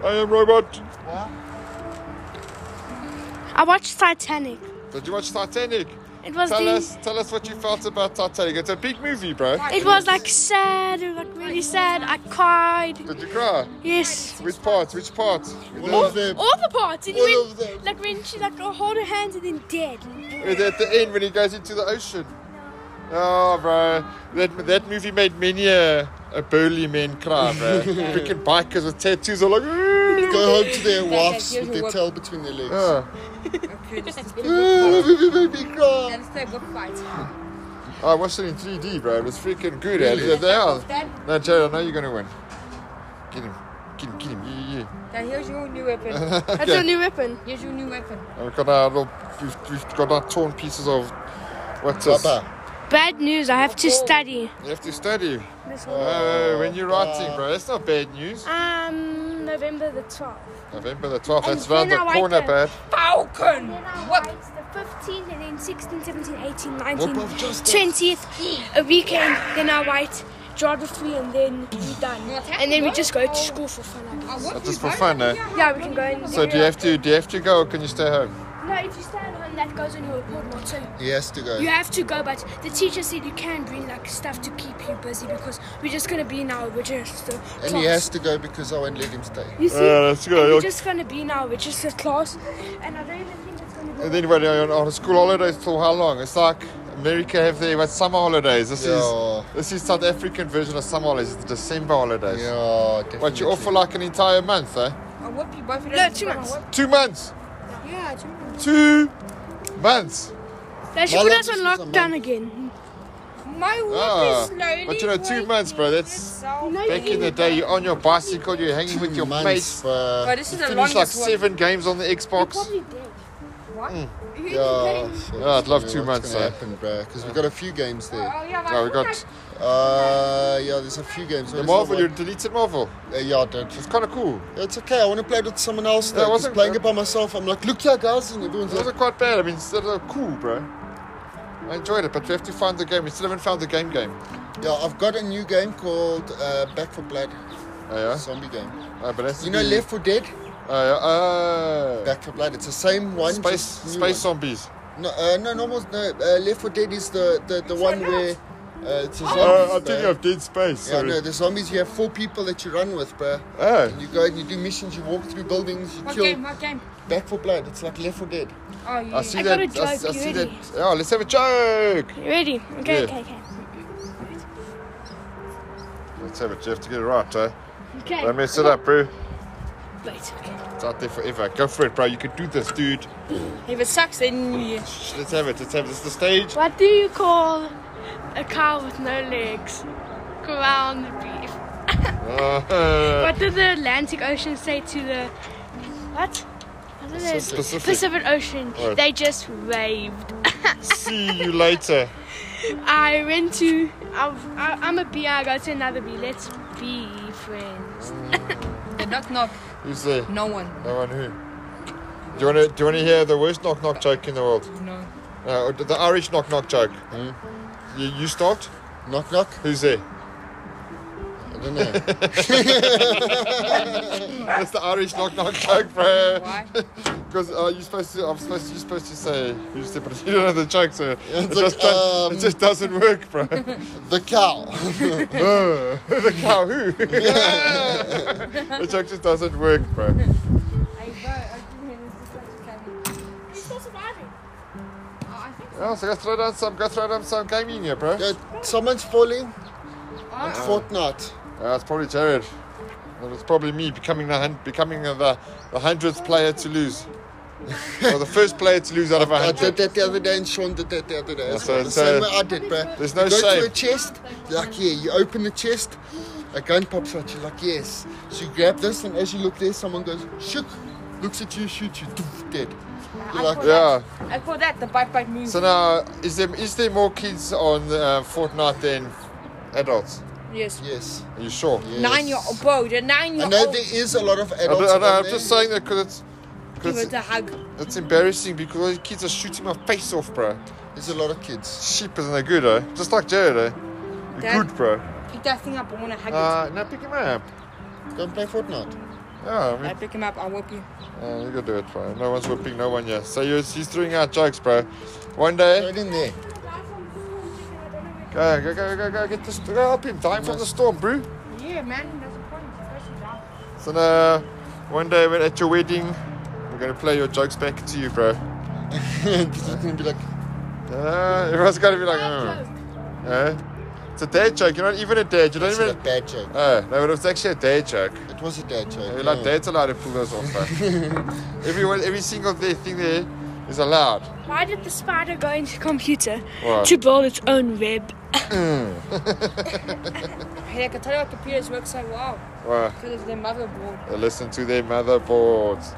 Speaker 2: I am robot.
Speaker 4: I watched Titanic.
Speaker 2: Did you watch Titanic?
Speaker 4: It was
Speaker 2: Tell
Speaker 4: the,
Speaker 2: us, tell us what you felt about Titanic. It's a big movie, bro.
Speaker 4: It was like sad. It got really sad. I cried.
Speaker 2: Did you cry?
Speaker 4: Yes.
Speaker 2: Which parts? Which parts?
Speaker 1: All of them.
Speaker 4: All the parts. And
Speaker 1: All
Speaker 4: when,
Speaker 1: of them.
Speaker 4: Like when she like hold her hands and then dead.
Speaker 2: Is At the end when he goes into the ocean. Oh, bro, that that movie made many a, a burly man cry,
Speaker 1: *laughs*
Speaker 2: bro. Freaking bikers with tattoos are like. "Ooh."
Speaker 1: Go home to their
Speaker 3: Guys,
Speaker 1: wives with
Speaker 3: here's a
Speaker 1: their
Speaker 3: whip.
Speaker 1: tail between their legs. *laughs*
Speaker 2: Yeah.
Speaker 3: Okay, this is
Speaker 2: Mm.
Speaker 1: Ah, baby, baby, cry.
Speaker 3: That's the book fight.
Speaker 2: I watched it in 3D, bro. It was freaking good. eh?
Speaker 1: Really?
Speaker 2: They are.
Speaker 3: Dad,
Speaker 2: No, Jerry, I know you're gonna win. Get him, get him, get him. Yeah, yeah.
Speaker 3: Dad, here's your
Speaker 2: *laughs*
Speaker 3: new weapon.
Speaker 4: That's
Speaker 2: Okay.
Speaker 4: your new weapon.
Speaker 3: Here's your new weapon.
Speaker 2: yeah. And We've got our little, we've, we've got our torn pieces of what's this?
Speaker 1: Baba.
Speaker 4: Bad news. I have to study.
Speaker 2: You have to study.
Speaker 4: This one.
Speaker 2: Oh, when you're writing, bro, that's not bad news.
Speaker 4: Um, November the 12th.
Speaker 2: November the 12th,
Speaker 4: And
Speaker 2: that's round the
Speaker 4: then I wake
Speaker 2: corner,
Speaker 4: up.
Speaker 2: bro.
Speaker 3: Falcon!
Speaker 4: Then I
Speaker 3: What?
Speaker 4: write the 15th and then 16, 17, 18, 19,
Speaker 1: Whip of justice.
Speaker 4: 20th, a weekend, then I write geography and then we're done. And then we just go to school for fun. I guess.
Speaker 3: That's
Speaker 2: just for fun, eh?
Speaker 4: Yeah, we can go and
Speaker 2: So do you have to do you have to go or can you stay home?
Speaker 4: No, if you stay at home, that goes on your report not so
Speaker 1: He has to go.
Speaker 4: you have to go, but the teacher said you can bring like stuff to keep you busy because we're just gonna be in our register class.
Speaker 1: And he has to go because I won't let him stay.
Speaker 4: you see,
Speaker 2: Yeah, let's go,
Speaker 4: and we're
Speaker 2: you'll-
Speaker 4: just gonna be in our register class, and I don't even think it's gonna be.
Speaker 2: And then when you're on, on a school holiday, it's till how long? It's like America have their what, summer holidays. This
Speaker 1: Yeah.
Speaker 2: is this is South African version of summer holidays. It's December holidays.
Speaker 1: Yeah, definitely.
Speaker 2: But you're off for like an entire month, eh?
Speaker 3: I'll whip you both of
Speaker 4: No,
Speaker 3: those.
Speaker 4: two months.
Speaker 2: Two months.
Speaker 3: Yeah, two months.
Speaker 2: Two months.
Speaker 4: They should
Speaker 1: My
Speaker 4: put us on
Speaker 1: lunch is a
Speaker 4: lockdown
Speaker 1: month.
Speaker 4: again.
Speaker 3: My whip
Speaker 2: Ah,
Speaker 3: is slowly.
Speaker 2: but you know, two months, bro,
Speaker 3: working
Speaker 2: that's-
Speaker 3: itself.
Speaker 4: No,
Speaker 2: Back in the day, you're on your bicycle, you're hanging with your mates.
Speaker 1: for-
Speaker 3: Bro, this
Speaker 2: You
Speaker 3: is the
Speaker 2: finish like
Speaker 3: longest
Speaker 2: seven Mm. games on the Xbox.
Speaker 4: Probably dead.
Speaker 3: What? Who
Speaker 1: yeah,
Speaker 3: did-
Speaker 1: shit,
Speaker 2: Yeah, I'd love
Speaker 1: man,
Speaker 2: two
Speaker 1: what's
Speaker 2: months,
Speaker 1: gonna
Speaker 2: eh?
Speaker 1: happen, bro? Because we've got a few games there.
Speaker 3: Oh, yeah,
Speaker 2: Oh, we
Speaker 3: but
Speaker 2: got
Speaker 1: Uh, yeah, there's a few games.
Speaker 2: the
Speaker 1: What is
Speaker 2: Marvel. You
Speaker 1: that
Speaker 2: deleted Marvel.
Speaker 1: one? Uh, yeah, I did.
Speaker 2: It's kind of cool.
Speaker 1: It's okay. I want to play it with someone else.
Speaker 2: Yeah,
Speaker 1: Though,
Speaker 2: it
Speaker 1: 'cause
Speaker 2: wasn't-
Speaker 1: playing it by myself, I'm like, look here, guys, and everyone's
Speaker 2: It
Speaker 1: like,
Speaker 2: wasn't quite bad. I mean, it's still cool, bro. I enjoyed it, but we have to find the game. We still haven't found the game game.
Speaker 1: yeah, I've got a new game called uh, Back for Blood,
Speaker 2: Oh, yeah?
Speaker 1: zombie game.
Speaker 2: Oh, but that's
Speaker 1: You know,
Speaker 2: the-
Speaker 1: Left for Dead,
Speaker 2: Oh, yeah. Oh.
Speaker 1: Back for Blood. It's the same one.
Speaker 2: space
Speaker 1: just new
Speaker 2: space
Speaker 1: one.
Speaker 2: zombies.
Speaker 1: No, uh, no, normal. No, uh, Left for Dead is the the, the one
Speaker 3: not.
Speaker 1: where uh, it's a zombie.
Speaker 2: Oh, I'm thinking of Dead Space.
Speaker 1: yeah,
Speaker 2: Sorry.
Speaker 1: no, the zombies. You have four people that you run with, bruh.
Speaker 2: oh,
Speaker 1: And you go and you do missions. You walk through buildings. You
Speaker 3: What
Speaker 1: kill.
Speaker 3: game? What game?
Speaker 1: Back for Blood. It's like Left for Dead.
Speaker 3: Oh, yeah.
Speaker 2: I see
Speaker 4: I
Speaker 2: that.
Speaker 4: got a
Speaker 2: I,
Speaker 4: joke,
Speaker 2: I
Speaker 4: you
Speaker 2: see that.
Speaker 4: ready?
Speaker 2: Oh, let's have a joke.
Speaker 4: You ready? Okay,
Speaker 2: Yeah.
Speaker 4: okay, okay.
Speaker 2: Let's have it. You have to get it right, eh?
Speaker 4: Okay.
Speaker 2: Don't mess it up, bro.
Speaker 4: Wait, okay.
Speaker 2: It's out there forever. Go for it, bro. You can do this, dude.
Speaker 3: If it sucks, then yeah.
Speaker 2: Shh, Let's have it. Let's have it. This is the stage.
Speaker 4: What do you call a cow with no legs? Ground beef.
Speaker 2: Uh, *laughs*
Speaker 4: What did the Atlantic Ocean say to the what? What did they-
Speaker 2: Pacific.
Speaker 4: Pacific Ocean.
Speaker 2: Oh.
Speaker 4: They just waved.
Speaker 2: see you later.
Speaker 4: I went to. I, I, I'm a bee. I go to another bee. Let's be friends.
Speaker 3: Knock, knock.
Speaker 2: Who's there?
Speaker 3: No one.
Speaker 2: No one who. Do you want to? Do you want to hear the worst knock knock joke in the world?
Speaker 3: No.
Speaker 2: Uh, the Irish knock knock joke.
Speaker 1: Hmm?
Speaker 2: You, you start.
Speaker 1: Knock knock.
Speaker 2: Who's there?
Speaker 1: I don't
Speaker 2: *laughs*
Speaker 1: know.
Speaker 2: That's the Irish knock knock joke, bro.
Speaker 3: Why?
Speaker 2: Because uh, you're supposed to, I'm supposed to, you're supposed to say, you said, but you don't know the joke, so it,
Speaker 1: like,
Speaker 2: just, don't-
Speaker 1: um,
Speaker 2: it just doesn't work,
Speaker 1: *laughs*
Speaker 2: bro. Uh,
Speaker 1: the
Speaker 2: *laughs*
Speaker 1: cow.
Speaker 2: the cow who? *laughs* the joke just doesn't work, bro.
Speaker 3: I go. I do I think
Speaker 2: Yeah, so go throw down some, go throw down some game in here, bro.
Speaker 1: Uh, someone's falling.
Speaker 3: Ah.
Speaker 1: Fortnite.
Speaker 2: Uh, it's probably Jared. And it's probably me becoming the hun- becoming the, the hundredth player to lose. *laughs* or the first player to lose out of a
Speaker 1: I
Speaker 2: hundred.
Speaker 1: did that the other day and Sean did that the other day. It's
Speaker 2: so-
Speaker 1: the
Speaker 2: so-
Speaker 1: same way I did, bro.
Speaker 2: There's no
Speaker 1: you go
Speaker 2: shame.
Speaker 1: to a chest, you're like, yeah, you open the chest, a gun pops out, you're like, yes. So you grab this, and as you look there, someone goes, shook, looks at you, shoots you, doof, dead. You're like,
Speaker 2: Yeah.
Speaker 3: I call that the bite bite move.
Speaker 2: So now, is there is there more kids on uh, Fortnite than adults?
Speaker 3: yes.
Speaker 1: yes.
Speaker 2: Are you sure?
Speaker 1: yes.
Speaker 3: Nine year old, bro. The nine
Speaker 1: I
Speaker 3: year
Speaker 1: know
Speaker 3: old.
Speaker 1: there is a lot of
Speaker 2: I don't,
Speaker 1: adults.
Speaker 2: I don't,
Speaker 1: on
Speaker 2: I'm
Speaker 1: there.
Speaker 2: just saying that because it's,
Speaker 3: Give
Speaker 2: 'cause
Speaker 3: it a
Speaker 2: it's,
Speaker 3: hug.
Speaker 2: it's embarrassing because all the kids are shooting my face off, bro.
Speaker 1: There's a lot of kids.
Speaker 2: Sheep isn't a good, eh? Just like Jared, eh? You're
Speaker 3: Dad?
Speaker 2: good, bro.
Speaker 3: Pick that thing up. I want to hug
Speaker 2: Uh, now pick him up.
Speaker 1: Go and play Fortnite.
Speaker 2: Yeah, I
Speaker 3: it. I
Speaker 2: mean,
Speaker 3: pick him up. I'll whip you.
Speaker 2: uh, you can do it, bro. No one's whipping no one yet. So you're, he's throwing out jokes, bro. One day, uh,
Speaker 1: Right in there. *laughs*
Speaker 2: go, go, go, go, go, get this, go help him, dying from the storm, bro.
Speaker 3: Yeah, man. That's a problem. Especially now.
Speaker 2: So now, one day we're at your wedding, we're gonna play your jokes back to you, bro.
Speaker 1: This is gonna be like,
Speaker 2: Uh, everyone's gonna be like, oh. Eh? It's a dad joke, you're not even a dad, you don't
Speaker 1: it's a
Speaker 2: even.
Speaker 1: bad joke.
Speaker 2: Oh, no, but it was actually a dad joke.
Speaker 1: It was a dad joke.
Speaker 2: You're
Speaker 1: yeah.
Speaker 2: like, dad's allowed to pull those off, bro. Everyone, every single day, thing there is allowed.
Speaker 4: Why did the spider go into computer
Speaker 2: Why?
Speaker 4: to build its own web?
Speaker 3: Hey, I can tell you how computers work so well.
Speaker 2: Well,
Speaker 3: Because of their motherboard.
Speaker 2: they listen to their motherboards.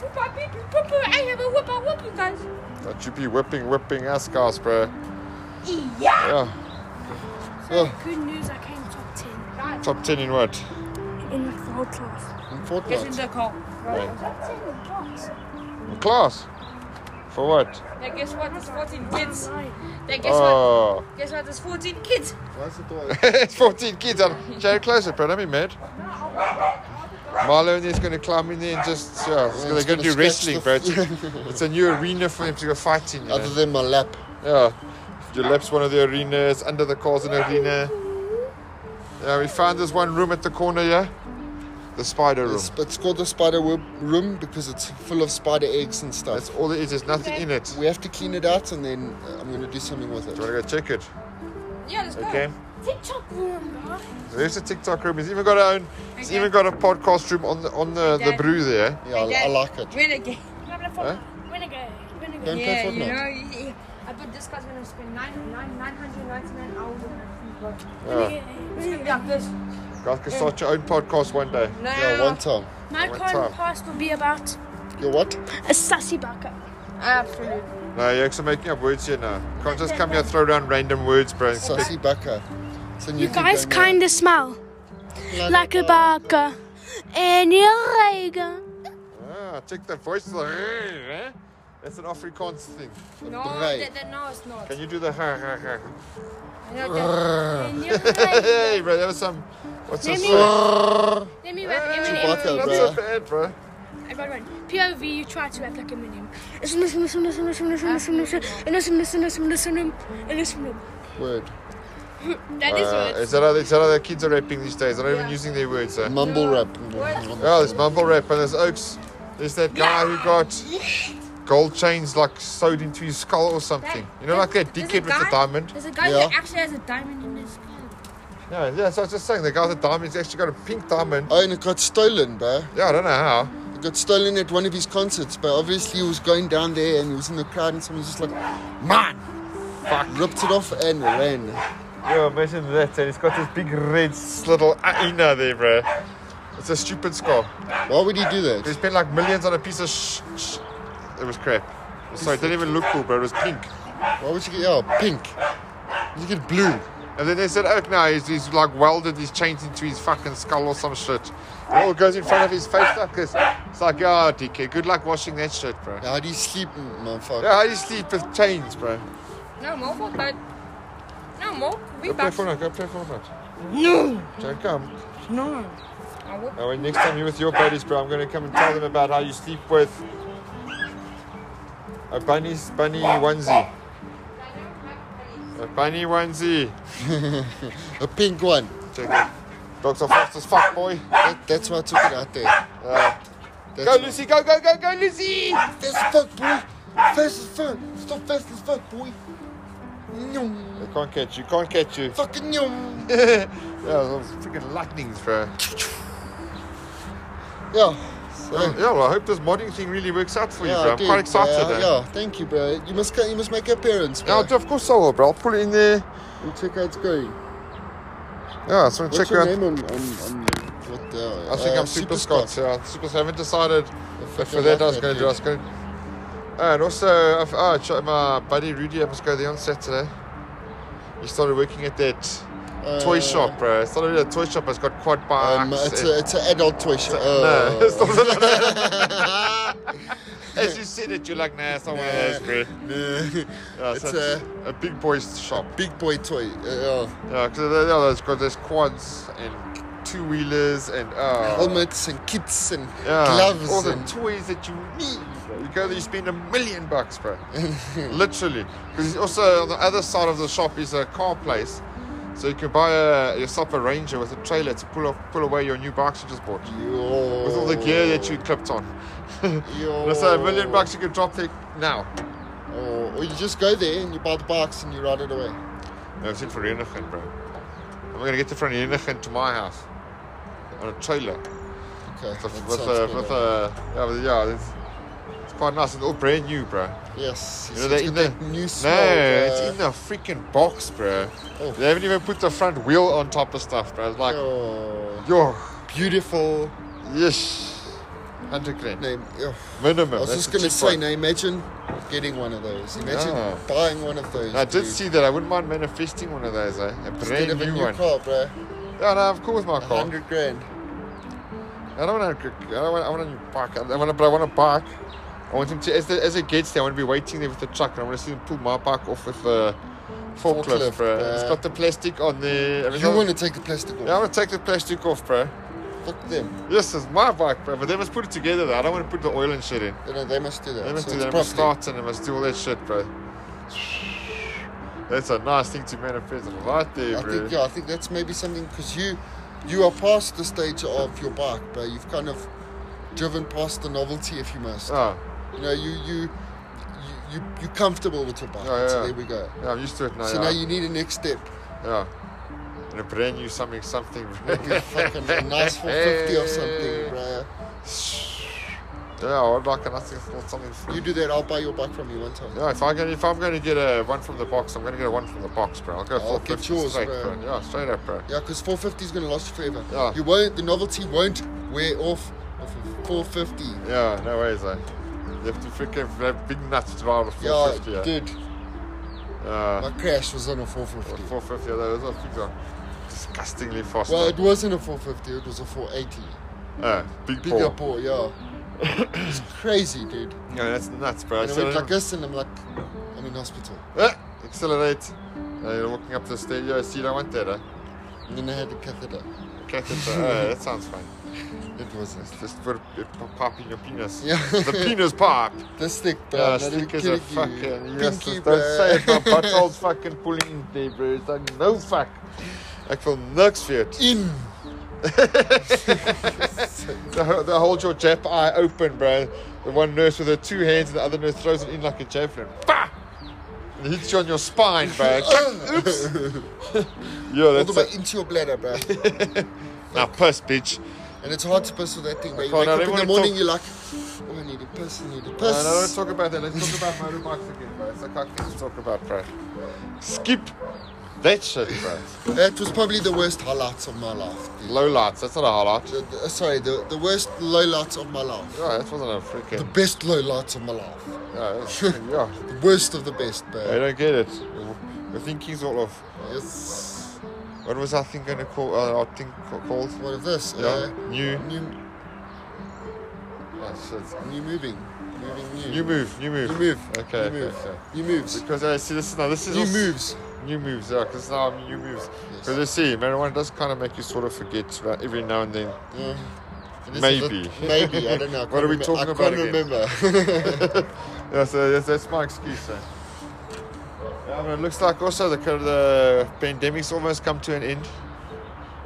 Speaker 3: I have a whip. I'll whip you guys.
Speaker 2: Don't you be whipping, whipping us, guys, bro.
Speaker 3: Yeah.
Speaker 2: Yeah,
Speaker 4: Good news, I came top ten
Speaker 2: top 10 in what?
Speaker 4: in the whole class.
Speaker 1: In
Speaker 3: Get in
Speaker 1: Fortnite.
Speaker 3: the car.
Speaker 4: Top ten in class.
Speaker 2: In class. For what?
Speaker 3: Now, guess what? There's 14 kids. Now, guess
Speaker 2: Oh. *laughs*
Speaker 3: what? Guess what? There's 14 kids.
Speaker 1: Why is it all-
Speaker 2: it's 14 kids. I'm Jerry closer, bro. Don't be mad. Marlon is going to climb in there and just, yeah, he's going
Speaker 1: he's
Speaker 2: to go
Speaker 1: gonna
Speaker 2: do
Speaker 1: scratch
Speaker 2: wrestling,
Speaker 1: the-
Speaker 2: bro. It's, *laughs* it's a new arena for him to go fight in. you
Speaker 1: Other
Speaker 2: know.
Speaker 1: than my lap.
Speaker 2: Yeah. Your lap's one of the arenas, under the car's an arena. Yeah, we found this one room at the corner, yeah? The spider room.
Speaker 1: It's, it's called the spider web room because it's full of spider eggs and stuff.
Speaker 2: That's all there is. There's nothing in it.
Speaker 1: we have to clean it out and then uh, I'm going to do something with it.
Speaker 2: Do you want to go check it?
Speaker 3: Yeah, let's go.
Speaker 2: Okay.
Speaker 4: TikTok room, right?
Speaker 2: There's a TikTok room. It's even got a own. It's
Speaker 3: Okay.
Speaker 2: even got a podcast room on the on the, the
Speaker 3: Dad.
Speaker 2: brew there.
Speaker 1: Yeah, I, I
Speaker 3: Dad,
Speaker 1: like it.
Speaker 3: Win again.
Speaker 4: We're gonna fo-
Speaker 2: Huh?
Speaker 4: we're gonna go. We're gonna go.
Speaker 1: Don't
Speaker 3: Yeah,
Speaker 1: play
Speaker 3: you know,
Speaker 1: Fortnite.
Speaker 3: yeah, yeah. I bet this guy's gonna spend nine, nine, 999 hours on a free boat.
Speaker 2: Yeah.
Speaker 3: It's gonna be like this.
Speaker 2: Guys can start your own podcast one day.
Speaker 3: No.
Speaker 1: Yeah, one time.
Speaker 4: My
Speaker 2: What
Speaker 4: current
Speaker 2: time?
Speaker 4: past will be about
Speaker 1: You what?
Speaker 4: a sassy baka.
Speaker 3: Absolutely.
Speaker 2: No, you're actually making up words here now. You can't just come here and throw down random words, bro.
Speaker 1: Sassy Baka. It's a new
Speaker 4: You
Speaker 1: thing
Speaker 4: guys
Speaker 1: going on.
Speaker 4: kind of smell like a baka. And your Regen.
Speaker 2: Ah, check that voice. eh? That's an Afrikaans thing.
Speaker 3: No,
Speaker 1: Right.
Speaker 3: that, that, no, it's not.
Speaker 2: Can you do the ha ha ha?
Speaker 3: No,
Speaker 2: *laughs*
Speaker 3: that,
Speaker 2: Hey, bro, that was some. What's
Speaker 4: Let
Speaker 2: this?
Speaker 4: me-
Speaker 2: Not
Speaker 4: Let me wrap Eminem.
Speaker 1: Chewbacca,
Speaker 2: so
Speaker 1: bro.
Speaker 2: bad, bro.
Speaker 4: I got one. POV, you try to rap like Eminem. That
Speaker 1: Word.
Speaker 2: Uh,
Speaker 4: is what.
Speaker 2: is that how the, is that how the kids are rapping these days? They're not even using their words. eh?
Speaker 1: Mumble rap.
Speaker 2: Oh, there's mumble rap and there's Oaks. There's that guy who got gold chains like sewed into his skull or something. You know, like that
Speaker 3: There's a
Speaker 2: dickhead with the
Speaker 3: guy-
Speaker 2: diamond.
Speaker 3: There's a guy
Speaker 1: Yeah.
Speaker 3: that actually has a diamond in his skull.
Speaker 2: Yeah, yeah. So I was just saying, the guy with the diamond's actually got a pink diamond.
Speaker 1: Oh, and it got stolen, bro.
Speaker 2: Yeah, I don't know how.
Speaker 1: It got stolen at one of his concerts, but obviously he was going down there and he was in the crowd and someone was just like, man! Ripped it off and ran.
Speaker 2: Yeah, imagine that. And it's got this big red little aina there, bro. It's a stupid skull.
Speaker 1: Why would he do
Speaker 2: They
Speaker 1: that?
Speaker 2: spent like millions on a piece of sh. sh- it was crap. Sorry, it didn't even look cool, bro. It was pink.
Speaker 1: Why would you get, yeah, pink. You get blue.
Speaker 2: And then they said, oh no, he's, he's like welded his chains into his fucking skull or some shit. It all goes in front of his face like this. It's like, oh, DK, good luck washing that shit, bro.
Speaker 1: How do you sleep, motherfucker?
Speaker 2: Yeah, I just sleep with chains, bro.
Speaker 3: No, more for but No, more. We
Speaker 2: Go play
Speaker 3: back.
Speaker 2: Fortnite, go play Fortnite. No! Don't come.
Speaker 3: No. I will.
Speaker 2: Now, when next time you're with your buddies, bro, I'm going to come and tell them about how you sleep with a bunny's bunny onesie. A bunny onesie.
Speaker 1: A pink one.
Speaker 2: Check it. Dogs are fast as fuck, boy.
Speaker 1: That, that's why I took it out there.
Speaker 2: Uh,
Speaker 1: That's
Speaker 2: go, Lucy, go, go, go, go, Lucy!
Speaker 1: Fast as fuck, boy. Fast as fuck. Stop fast as fuck, boy. Nyum.
Speaker 2: They can't catch you, can't
Speaker 1: *laughs*
Speaker 2: catch you.
Speaker 1: Fucking nyum.
Speaker 2: yeah, those freaking lightnings, bro.
Speaker 1: Yeah. So,
Speaker 2: Yeah, well, I hope this modding thing really works out for you,
Speaker 1: yeah,
Speaker 2: bro. I'm
Speaker 1: dude,
Speaker 2: quite excited.
Speaker 1: Yeah,
Speaker 2: eh?
Speaker 1: yeah, thank you, bro. You must, co- you must make appearance,
Speaker 2: Yeah,
Speaker 1: bro.
Speaker 2: I'll do- of course I will, bro. I'll pull it in there.
Speaker 1: We'll check how it's going.
Speaker 2: Yeah, so
Speaker 1: What's
Speaker 2: check
Speaker 1: your
Speaker 2: out.
Speaker 1: name on, on, on what the,
Speaker 2: I think
Speaker 1: uh,
Speaker 2: I'm Super Scott. Yeah, Super Scott. I haven't decided
Speaker 1: I
Speaker 2: if for that I was
Speaker 1: like that
Speaker 2: going to do. I was going to. And also, I've, oh, I shot my buddy Rudy. I must go there on Saturday. He started working at that toy
Speaker 1: Uh,
Speaker 2: shop, bro. He started at a toy shop. It's got quad bikes.
Speaker 1: Um, it's,
Speaker 2: and-
Speaker 1: a, it's an adult toy shop.
Speaker 2: no, *laughs*
Speaker 1: Oh.
Speaker 2: it's not one of those. As you said it, you're like, nah, it's not one of those, bro.
Speaker 1: No.
Speaker 2: Yeah,
Speaker 1: It's
Speaker 2: so it's a, big boys shop.
Speaker 1: *laughs* Big boy toy. Uh, yeah.
Speaker 2: Yeah, because yeah, it's got there's quads and two wheelers and uh,
Speaker 1: helmets and kits and
Speaker 2: yeah,
Speaker 1: gloves
Speaker 2: all the
Speaker 1: and
Speaker 2: toys that you need. bro. You go there, you spend a million bucks,
Speaker 1: *laughs*
Speaker 2: bro. Literally, because also on the other side of the shop is a car place, so you can buy a, yourself a Ranger with a trailer to pull off, pull away your new bikes you just bought
Speaker 1: Yo.
Speaker 2: with all the gear that you clipped on.
Speaker 1: Yo.
Speaker 2: Let's say a million bucks you can drop there now.
Speaker 1: Oh, or you just go there and you buy the box and you ride it away.
Speaker 2: No, it's in Vereniging, bro. I'm gonna get it from Vereniging to my house on a trailer.
Speaker 1: Okay.
Speaker 2: With,
Speaker 1: that
Speaker 2: with
Speaker 1: sounds
Speaker 2: a,
Speaker 1: good,
Speaker 2: with
Speaker 1: eh?
Speaker 2: a, yeah, with- yeah it's, it's quite nice. It's all brand new, bro.
Speaker 1: Yes.
Speaker 2: You
Speaker 1: it's
Speaker 2: know, they're
Speaker 1: got
Speaker 2: in the
Speaker 1: that new smell.
Speaker 2: No, it's
Speaker 1: uh,
Speaker 2: in the freaking box, bro.
Speaker 1: Oh.
Speaker 2: They haven't even put the front wheel on top of stuff, bro. It's like,
Speaker 1: oh,
Speaker 2: yo,
Speaker 1: beautiful
Speaker 2: yes, hundred grand
Speaker 1: name. Oh.
Speaker 2: minimum.
Speaker 1: I was
Speaker 2: That's
Speaker 1: just
Speaker 2: the
Speaker 1: gonna
Speaker 2: cheap
Speaker 1: say,
Speaker 2: one.
Speaker 1: now imagine getting one of those. Imagine
Speaker 2: Yeah.
Speaker 1: buying one of those.
Speaker 2: I did
Speaker 1: dude.
Speaker 2: see that. I wouldn't mind manifesting one of those, eh? A
Speaker 1: Instead
Speaker 2: brand
Speaker 1: of a
Speaker 2: new,
Speaker 1: new
Speaker 2: one.
Speaker 1: car, bro.
Speaker 2: Yeah, no, I'm cool with my
Speaker 1: A
Speaker 2: car.
Speaker 1: hundred grand.
Speaker 2: I don't want to. I don't want. I want a new bike. I want to, but I want a bike. I want him to. As, the, as it gets there, I want to be waiting there with the truck, and I want to see them pull my bike off with the forklift,
Speaker 1: Forklift,
Speaker 2: bro.
Speaker 1: yeah.
Speaker 2: It's got the plastic on the.
Speaker 1: You want to take the plastic off?
Speaker 2: Yeah, I want to take the plastic off, bro.
Speaker 1: Fuck them.
Speaker 2: This is my bike, bro. But they must put it together. Though. I don't want to put the oil and shit in.
Speaker 1: You know, they must do that.
Speaker 2: They must
Speaker 1: so
Speaker 2: do
Speaker 1: it's
Speaker 2: that. They must
Speaker 1: properly.
Speaker 2: start and they must do all that shit, bro. That's a nice thing to manifest right there,
Speaker 1: I
Speaker 2: bro.
Speaker 1: think yeah, I think that's maybe something because you you are past the stage of your bike, but you've kind of driven past the novelty, if you must.
Speaker 2: Oh,
Speaker 1: You know, you you you you you're comfortable with your bike.
Speaker 2: Yeah,
Speaker 1: So
Speaker 2: Oh, yeah.
Speaker 1: there we go.
Speaker 2: yeah, I'm used to it now.
Speaker 1: So
Speaker 2: yeah.
Speaker 1: now you need a next step.
Speaker 2: yeah. And a brand new something, something.
Speaker 1: Be fucking
Speaker 2: *laughs*
Speaker 1: a nice 450 or something, bro.
Speaker 2: yeah, I would like a nothing, something.
Speaker 1: You do that, I'll buy your bike from you one time.
Speaker 2: Yeah, if I'm gonna if I'm gonna get a one from the box, I'm gonna get a one from the box, bro. I'll go
Speaker 1: I'll
Speaker 2: full
Speaker 1: get
Speaker 2: 50
Speaker 1: yours,
Speaker 2: straight,
Speaker 1: bro.
Speaker 2: bro. Yeah, straight up, bro.
Speaker 1: Yeah, because 450 is going to last forever.
Speaker 2: Yeah.
Speaker 1: You won't, the novelty won't wear off of a 450.
Speaker 2: Yeah, no ways, eh? You have to freaking have big nuts to drive a
Speaker 1: Yeah,
Speaker 2: 450. Yeah,
Speaker 1: dude,
Speaker 2: Uh,
Speaker 1: my crash was on a
Speaker 2: or
Speaker 1: 450.
Speaker 2: 450, yeah, those are things are disgustingly fast.
Speaker 1: Well,
Speaker 2: eh?
Speaker 1: it wasn't a 450, it was a 480.
Speaker 2: Uh, big
Speaker 1: Bigger
Speaker 2: ball.
Speaker 1: ball, yeah. it's crazy, dude.
Speaker 2: Yeah, that's nuts, bro.
Speaker 1: And it went
Speaker 2: Accelerate.
Speaker 1: like this, and I'm like, I'm in hospital.
Speaker 2: Ah, accelerate. Uh, you're walking up the stairs. Yeah, see, I don't want that, eh?
Speaker 1: And then I had a catheter.
Speaker 2: Catheter.
Speaker 1: *laughs*
Speaker 2: uh, that sounds fun.
Speaker 1: It wasn't.
Speaker 2: Just put a p- pipe in your penis.
Speaker 1: Yeah.
Speaker 2: The penis pipe.
Speaker 1: This thick, bro.
Speaker 2: Yeah,
Speaker 1: I'm not even
Speaker 2: stick is a
Speaker 1: kidding you.
Speaker 2: fucking
Speaker 1: Pinky,
Speaker 2: useless.
Speaker 1: bro.
Speaker 2: Don't say it, my butthole's fucking pulling in there, bro. It's like, no fuck. Ek wil niks weet.
Speaker 1: *laughs* In.
Speaker 2: The, ho- the hold your jap eye open, bro. The one nurse with her two hands and the other nurse throws it in like a javelin. Bah! And it hits you on your spine, *laughs* bro. Oops. yeah,
Speaker 1: All the
Speaker 2: that's
Speaker 1: way
Speaker 2: it.
Speaker 1: into your bladder, bro.
Speaker 2: Now piss, bitch.
Speaker 1: And it's hard to piss with that thing, but you
Speaker 2: can't-
Speaker 1: wake
Speaker 2: I
Speaker 1: up
Speaker 2: don't
Speaker 1: in the
Speaker 2: wanna
Speaker 1: morning,
Speaker 2: talk-
Speaker 1: you're like, oh, I need to piss, I need to
Speaker 2: No, no, don't
Speaker 1: piss.
Speaker 2: talk about that. Let's talk about motorbikes again, bro. It's like I can talk about, bro. Skip that shit, bro.
Speaker 1: That was probably the worst highlights of my life. dude.
Speaker 2: Low lights. That's not a highlight.
Speaker 1: The, the, sorry, the, the worst lowlights of my life.
Speaker 2: Yeah, that wasn't a freaking.
Speaker 1: The best lowlights of my life.
Speaker 2: Yeah, that's- Uh, *laughs* yeah.
Speaker 1: The worst of the best,
Speaker 2: I
Speaker 1: bro.
Speaker 2: don't get it. We're thinking sort of.
Speaker 1: Yes.
Speaker 2: What was our thing gonna call? Uh, our thing ca- called?
Speaker 1: What of this?
Speaker 2: Yeah. new.
Speaker 1: Uh, new,
Speaker 2: Oh, shit.
Speaker 1: new moving. Moving new.
Speaker 2: New move. New move.
Speaker 1: New move.
Speaker 2: Okay.
Speaker 1: New
Speaker 2: okay,
Speaker 1: move.
Speaker 2: okay.
Speaker 1: New moves.
Speaker 2: Because I see this now. This is
Speaker 1: New
Speaker 2: also-
Speaker 1: moves.
Speaker 2: New moves. Yeah. Because now I'm new moves.
Speaker 1: Yes.
Speaker 2: Because I see marijuana does kind of make you sort of forget about every now and then. *laughs*
Speaker 1: Yeah. This is
Speaker 2: Maybe.
Speaker 1: it. Maybe. I don't know. I
Speaker 2: *laughs* What are we
Speaker 1: can't
Speaker 2: talking
Speaker 1: remem-
Speaker 2: about
Speaker 1: I can't
Speaker 2: again? *laughs*
Speaker 1: remember.
Speaker 2: Yeah. So that's, that's my excuse. Eh? Yeah, but it looks like also the co- the pandemic's almost come to an end.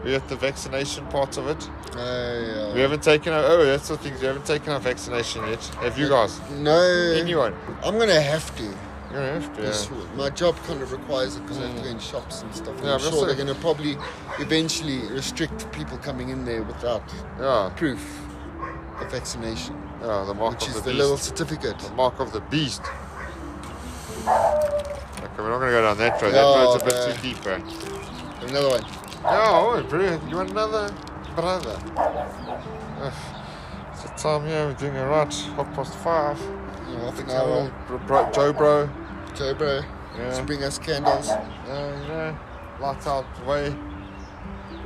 Speaker 2: We have the vaccination part of it.
Speaker 1: I, uh,
Speaker 2: We haven't taken our oh that's the thing we haven't taken our vaccination yet. Have you guys?
Speaker 1: uh, No.
Speaker 2: Anyone?
Speaker 1: I'm gonna have to.
Speaker 2: You're gonna have to.
Speaker 1: This-
Speaker 2: Yeah.
Speaker 1: My job kind of requires it because I have to go in shops and stuff. and
Speaker 2: Yeah,
Speaker 1: I'm
Speaker 2: but that's
Speaker 1: sure they're
Speaker 2: it.
Speaker 1: gonna probably eventually restrict people coming in there without
Speaker 2: Yeah.
Speaker 1: proof of vaccination,
Speaker 2: yeah the mark
Speaker 1: which is
Speaker 2: of the,
Speaker 1: the,
Speaker 2: beast.
Speaker 1: little certificate.
Speaker 2: The mark of the beast. Okay, we're not gonna go down that road.
Speaker 1: No,
Speaker 2: that road's a bit
Speaker 1: man.
Speaker 2: too deep, eh?
Speaker 1: Another one.
Speaker 2: Oh, brilliant. You want another brother? Ugh. It's the time yeah, we're doing it right. Half past five.
Speaker 1: You know, half an
Speaker 2: Joe,
Speaker 1: hour.
Speaker 2: bro, bro, Joe bro.
Speaker 1: Joe, bro.
Speaker 2: Yeah.
Speaker 1: To bring us candles.
Speaker 2: Uh, you know, lights out the way.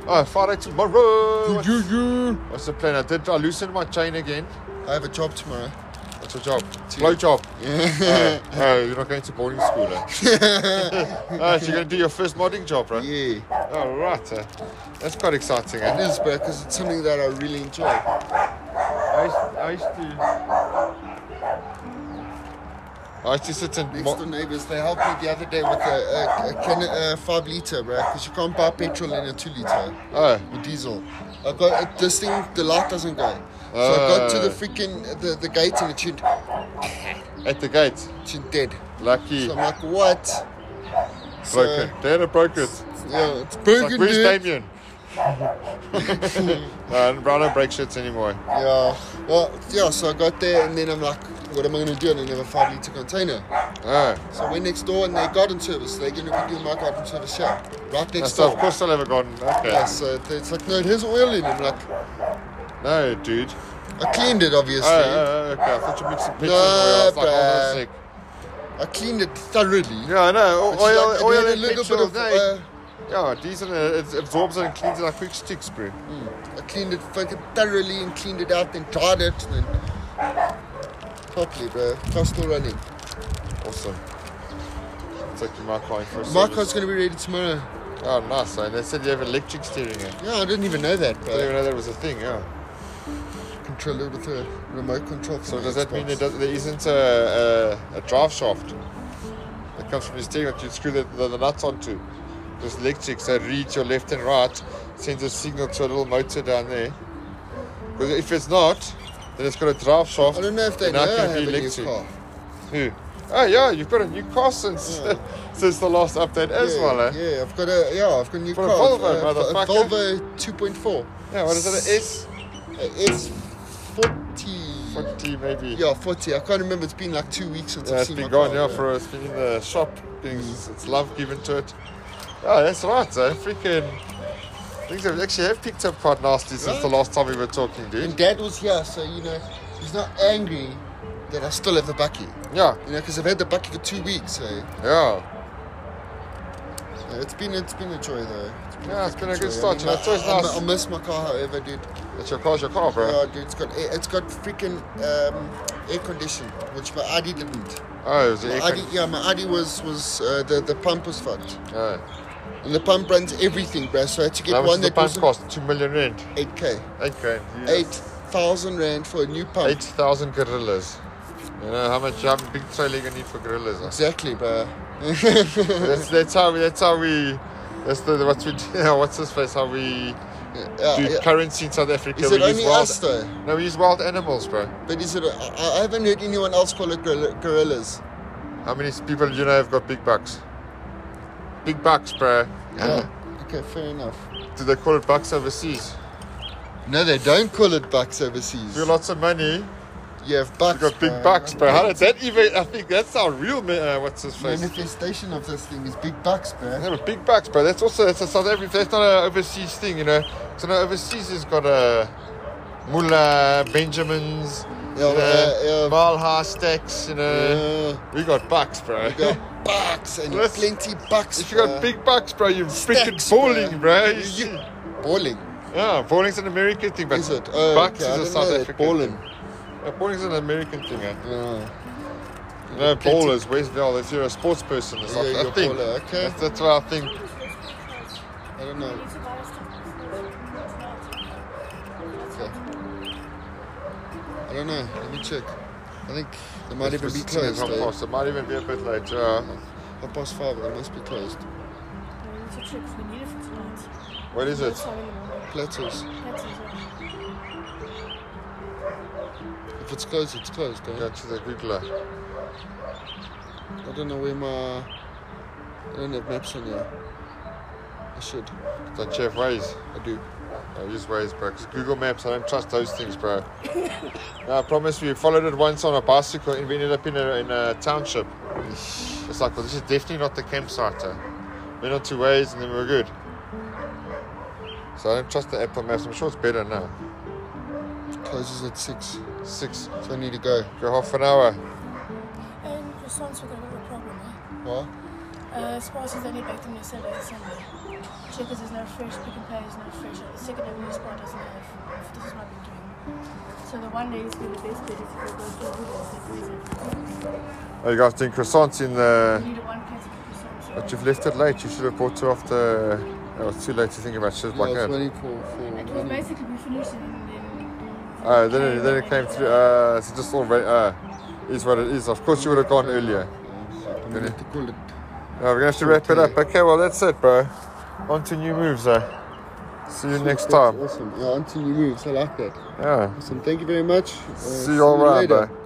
Speaker 2: Oh, Friday tomorrow. What's- What's the plan? I did. I loosened my chain again.
Speaker 1: I have a job tomorrow.
Speaker 2: What's your job?
Speaker 1: Two.
Speaker 2: Blow job. Oh, oh, you're not going to boarding school,
Speaker 1: *laughs*
Speaker 2: eh? oh, so you're going to do your first modding job, right?
Speaker 1: Yeah.
Speaker 2: Oh, right. eh. That's quite exciting,
Speaker 1: It
Speaker 2: eh?
Speaker 1: is, bro, because it's something that I really enjoy.
Speaker 2: I used, I used to... I used to sit and...
Speaker 1: Next
Speaker 2: Mo-
Speaker 1: door neighbors, they helped me the other day with a, a, a can a five liter, bro, because you can't buy petrol in a two liter
Speaker 2: oh,
Speaker 1: or diesel. I got it, this thing, the light doesn't go. So I got to the
Speaker 2: Oh.
Speaker 1: freaking the, the gate and it tuned,
Speaker 2: at the gate.
Speaker 1: tuned dead.
Speaker 2: Lucky.
Speaker 1: So I'm like, what? So,
Speaker 2: broken. Dana broke it.
Speaker 1: yeah, it's
Speaker 2: It's
Speaker 1: broken,
Speaker 2: Like, where's
Speaker 1: dude. *laughs*
Speaker 2: Damien? *laughs* no, I don't break shits anymore.
Speaker 1: Yeah. Well, yeah. So I got there and then I'm like, what am I gonna do? And I have a five liter container.
Speaker 2: Oh.
Speaker 1: So I went next door and they garden service. They're gonna be doing my garden service here, right next
Speaker 2: So
Speaker 1: door.
Speaker 2: of course I'll have a garden. Okay.
Speaker 1: Yeah, so it's like, no, it has oil in it. I'm like,
Speaker 2: No, dude.
Speaker 1: I cleaned it, obviously.
Speaker 2: Oh, oh, oh, okay. I thought you mixed some petrol
Speaker 1: No,
Speaker 2: and oil. I was like, oh,
Speaker 1: bruh.
Speaker 2: no, sick.
Speaker 1: I cleaned it thoroughly.
Speaker 2: Yeah, I know.
Speaker 1: But
Speaker 2: O-
Speaker 1: she's
Speaker 2: Oil,
Speaker 1: like, "It
Speaker 2: oil
Speaker 1: had
Speaker 2: and petrol.
Speaker 1: of,
Speaker 2: no,
Speaker 1: uh,
Speaker 2: yeah, diesel. uh, It absorbs it and cleans it like quick sticks, bro.
Speaker 1: I cleaned it fucking thoroughly and cleaned it out, then dried it, and then properly, bro. Car's still running.
Speaker 2: Awesome. I'll take your Marco in for a
Speaker 1: My
Speaker 2: service.
Speaker 1: car's gonna be ready tomorrow.
Speaker 2: Oh, nice. eh? And they said you have electric steering. eh?
Speaker 1: Yeah, I didn't even know that,
Speaker 2: I didn't
Speaker 1: bro.
Speaker 2: even know that was a thing. Yeah.
Speaker 1: Control it with a remote control. from
Speaker 2: So
Speaker 1: the
Speaker 2: does that mean
Speaker 1: Xbox.
Speaker 2: there, does, there isn't a, a, a drive shaft that comes from the steering that you screw the, the, the nuts onto? Because electrics, they read your left and right, sends a signal to a little motor down there. Because if it's not, then it's got a drive shaft.
Speaker 1: I don't know if they
Speaker 2: and
Speaker 1: know
Speaker 2: now
Speaker 1: I
Speaker 2: it can
Speaker 1: have
Speaker 2: be
Speaker 1: a new
Speaker 2: electric.
Speaker 1: car.
Speaker 2: Who? Oh yeah, you've got a new car since *laughs* since the last update as
Speaker 1: yeah,
Speaker 2: well. Eh?
Speaker 1: yeah, I've got a yeah, I've got a new
Speaker 2: For a
Speaker 1: car.
Speaker 2: Volvo,
Speaker 1: a
Speaker 2: motherfucker.
Speaker 1: Volvo 2.4.
Speaker 2: Yeah, what is it? An S
Speaker 1: Eh, It's 40.
Speaker 2: forty maybe.
Speaker 1: Yeah, 40. I can't remember. It's been like two weeks since
Speaker 2: Yeah,
Speaker 1: I've
Speaker 2: it's
Speaker 1: seen
Speaker 2: been
Speaker 1: my
Speaker 2: gone
Speaker 1: car,
Speaker 2: yeah, for it's been in the shop. Things it's love given to it. Yeah, that's right. So freaking things have actually have picked up quite nasty since the last time we were talking,
Speaker 1: And
Speaker 2: dude.
Speaker 1: Dad was here, so you know, he's not angry that I still have the bucky.
Speaker 2: Yeah,
Speaker 1: You know, because I've had the bucky for two weeks, so you
Speaker 2: yeah,
Speaker 1: know, it's been it's been a joy though. It's
Speaker 2: yeah. It's been a good
Speaker 1: joy.
Speaker 2: start.
Speaker 1: I
Speaker 2: You
Speaker 1: mean,
Speaker 2: know, it's always
Speaker 1: I- I- I
Speaker 2: nice.
Speaker 1: miss my car, however, dude.
Speaker 2: It's your car's your car, bro.
Speaker 1: Yeah, dude, it's got air- it's got freaking um, air condition, which my ID didn't.
Speaker 2: Oh, it was the
Speaker 1: My
Speaker 2: air
Speaker 1: ID,
Speaker 2: con-
Speaker 1: yeah, my ID was was uh, the the pump was fucked,
Speaker 2: yeah.
Speaker 1: and the pump runs everything, bruh. So I had to get
Speaker 2: How much
Speaker 1: one
Speaker 2: does
Speaker 1: that
Speaker 2: the pump
Speaker 1: was
Speaker 2: cost? Two million rand.
Speaker 1: eight k,
Speaker 2: Eight grand.
Speaker 1: eight thousand rand for a new pump.
Speaker 2: Eight thousand gorillas. You know how much how big trailer you need for gorillas?
Speaker 1: *laughs*
Speaker 2: Huh?
Speaker 1: Exactly, bruh.
Speaker 2: that's that's how that's how we that's the what we do, *laughs* what's this face how we
Speaker 1: Yeah,
Speaker 2: do
Speaker 1: Uh, yeah.
Speaker 2: currency in South Africa.
Speaker 1: Is
Speaker 2: we
Speaker 1: it
Speaker 2: use
Speaker 1: only
Speaker 2: wild,
Speaker 1: us, though?
Speaker 2: No, we use wild animals, bro.
Speaker 1: But is it? I, I haven't heard anyone else call it gorilla, gorillas.
Speaker 2: How many people do you know have got big bucks? Big bucks, bro.
Speaker 1: Yeah. Okay, fair enough.
Speaker 2: Do they call it bucks overseas?
Speaker 1: No, they don't call it bucks overseas.
Speaker 2: We got lots of money.
Speaker 1: You have bucks.
Speaker 2: We got big
Speaker 1: bruh.
Speaker 2: bucks, bro. How does that even? I think that's our real ma- uh, what's this face?
Speaker 1: Manifestation of this thing is big bucks, bruh.
Speaker 2: Yeah, but big bucks, bro. That's also that's a South Africa. That's not an overseas thing, you know. So now overseas has got a Mullah, Benjamins,
Speaker 1: Yeah,
Speaker 2: you
Speaker 1: uh,
Speaker 2: know,
Speaker 1: yeah.
Speaker 2: mile high stacks, you know.
Speaker 1: Yeah.
Speaker 2: We got bucks, bro.
Speaker 1: You got bucks and
Speaker 2: Let's-
Speaker 1: plenty bucks.
Speaker 2: if you got
Speaker 1: bruh.
Speaker 2: big bucks, bro, you freaking
Speaker 1: Uh, Stacks,
Speaker 2: bowling, bro.
Speaker 1: bruh.
Speaker 2: You
Speaker 1: You-
Speaker 2: see-
Speaker 1: Balling,
Speaker 2: yeah, bowling's an American thing, but
Speaker 1: is it? Oh,
Speaker 2: bucks
Speaker 1: okay, I
Speaker 2: is a
Speaker 1: didn't
Speaker 2: South
Speaker 1: know that.
Speaker 2: African.
Speaker 1: Balling.
Speaker 2: thing. Yeah, bowling's an American thing. Eh?
Speaker 1: Yeah.
Speaker 2: No
Speaker 1: Plenty-
Speaker 2: ballers, Westvale. If you're a sports person, it's
Speaker 1: Yeah,
Speaker 2: like
Speaker 1: you're
Speaker 2: a
Speaker 1: a
Speaker 2: thing.
Speaker 1: baller, okay.
Speaker 2: That's, that's what I think.
Speaker 1: I don't know. Okay. I don't know. Let me check. I think they might even be
Speaker 2: Sitting at
Speaker 1: closed.
Speaker 2: half
Speaker 1: eh?
Speaker 2: past. It might even be a bit late. Uh,
Speaker 1: Half past five. They must be closed.
Speaker 2: what is it?
Speaker 1: Platters. If it's closed, it's closed. eh?
Speaker 2: Go to the Googler.
Speaker 1: I don't know where my. I don't have maps on here. I should.
Speaker 2: Don't you have Waze?
Speaker 1: I do.
Speaker 2: I use Waze, bro. 'cause Google Maps, I don't trust those things,
Speaker 1: *laughs*
Speaker 2: bro. no, I promise we followed it once on a bicycle and we ended up in a, in a township. It's like, well, this is definitely not the campsite. eh? Went on two ways and then we were good. So I don't trust the Apple Maps. I'm sure it's better now.
Speaker 1: Closes at six,
Speaker 2: Six,
Speaker 1: so I need to go.
Speaker 2: go half an hour.
Speaker 5: And your son's with another problem, eh?
Speaker 1: What?
Speaker 5: Uh, Sparta's only back to me Saturday and Sunday. Check because there's no fresh pick and pay, is no fresh. The second avenue spot doesn't have. This is what we're doing. So the one day is going to be the best bet if you go to a good
Speaker 2: Oh, you guys doing croissants in the.
Speaker 5: You need a one place to
Speaker 2: But you've left it late. You should have bought two after. Oh, it's too late to think about
Speaker 1: Yeah,
Speaker 2: shit
Speaker 1: I
Speaker 2: like
Speaker 1: was
Speaker 2: that.
Speaker 1: waiting for
Speaker 5: It was
Speaker 1: for. money.
Speaker 5: basically we finished and then.
Speaker 2: Oh, then it, then it came through. Uh, it's just all right. Uh, is what it is. Of course, you would have gone earlier.
Speaker 1: I'm gonna have to call it.
Speaker 2: Uh, we're gonna have to wrap it up. Okay, well that's it, bro. On to new moves. Uh. See you next
Speaker 1: That's
Speaker 2: time.
Speaker 1: Awesome. Yeah, until you moves. I like that.
Speaker 2: Yeah.
Speaker 1: Awesome. Thank you very much. Uh,
Speaker 2: See you all
Speaker 1: later.
Speaker 2: around, bro.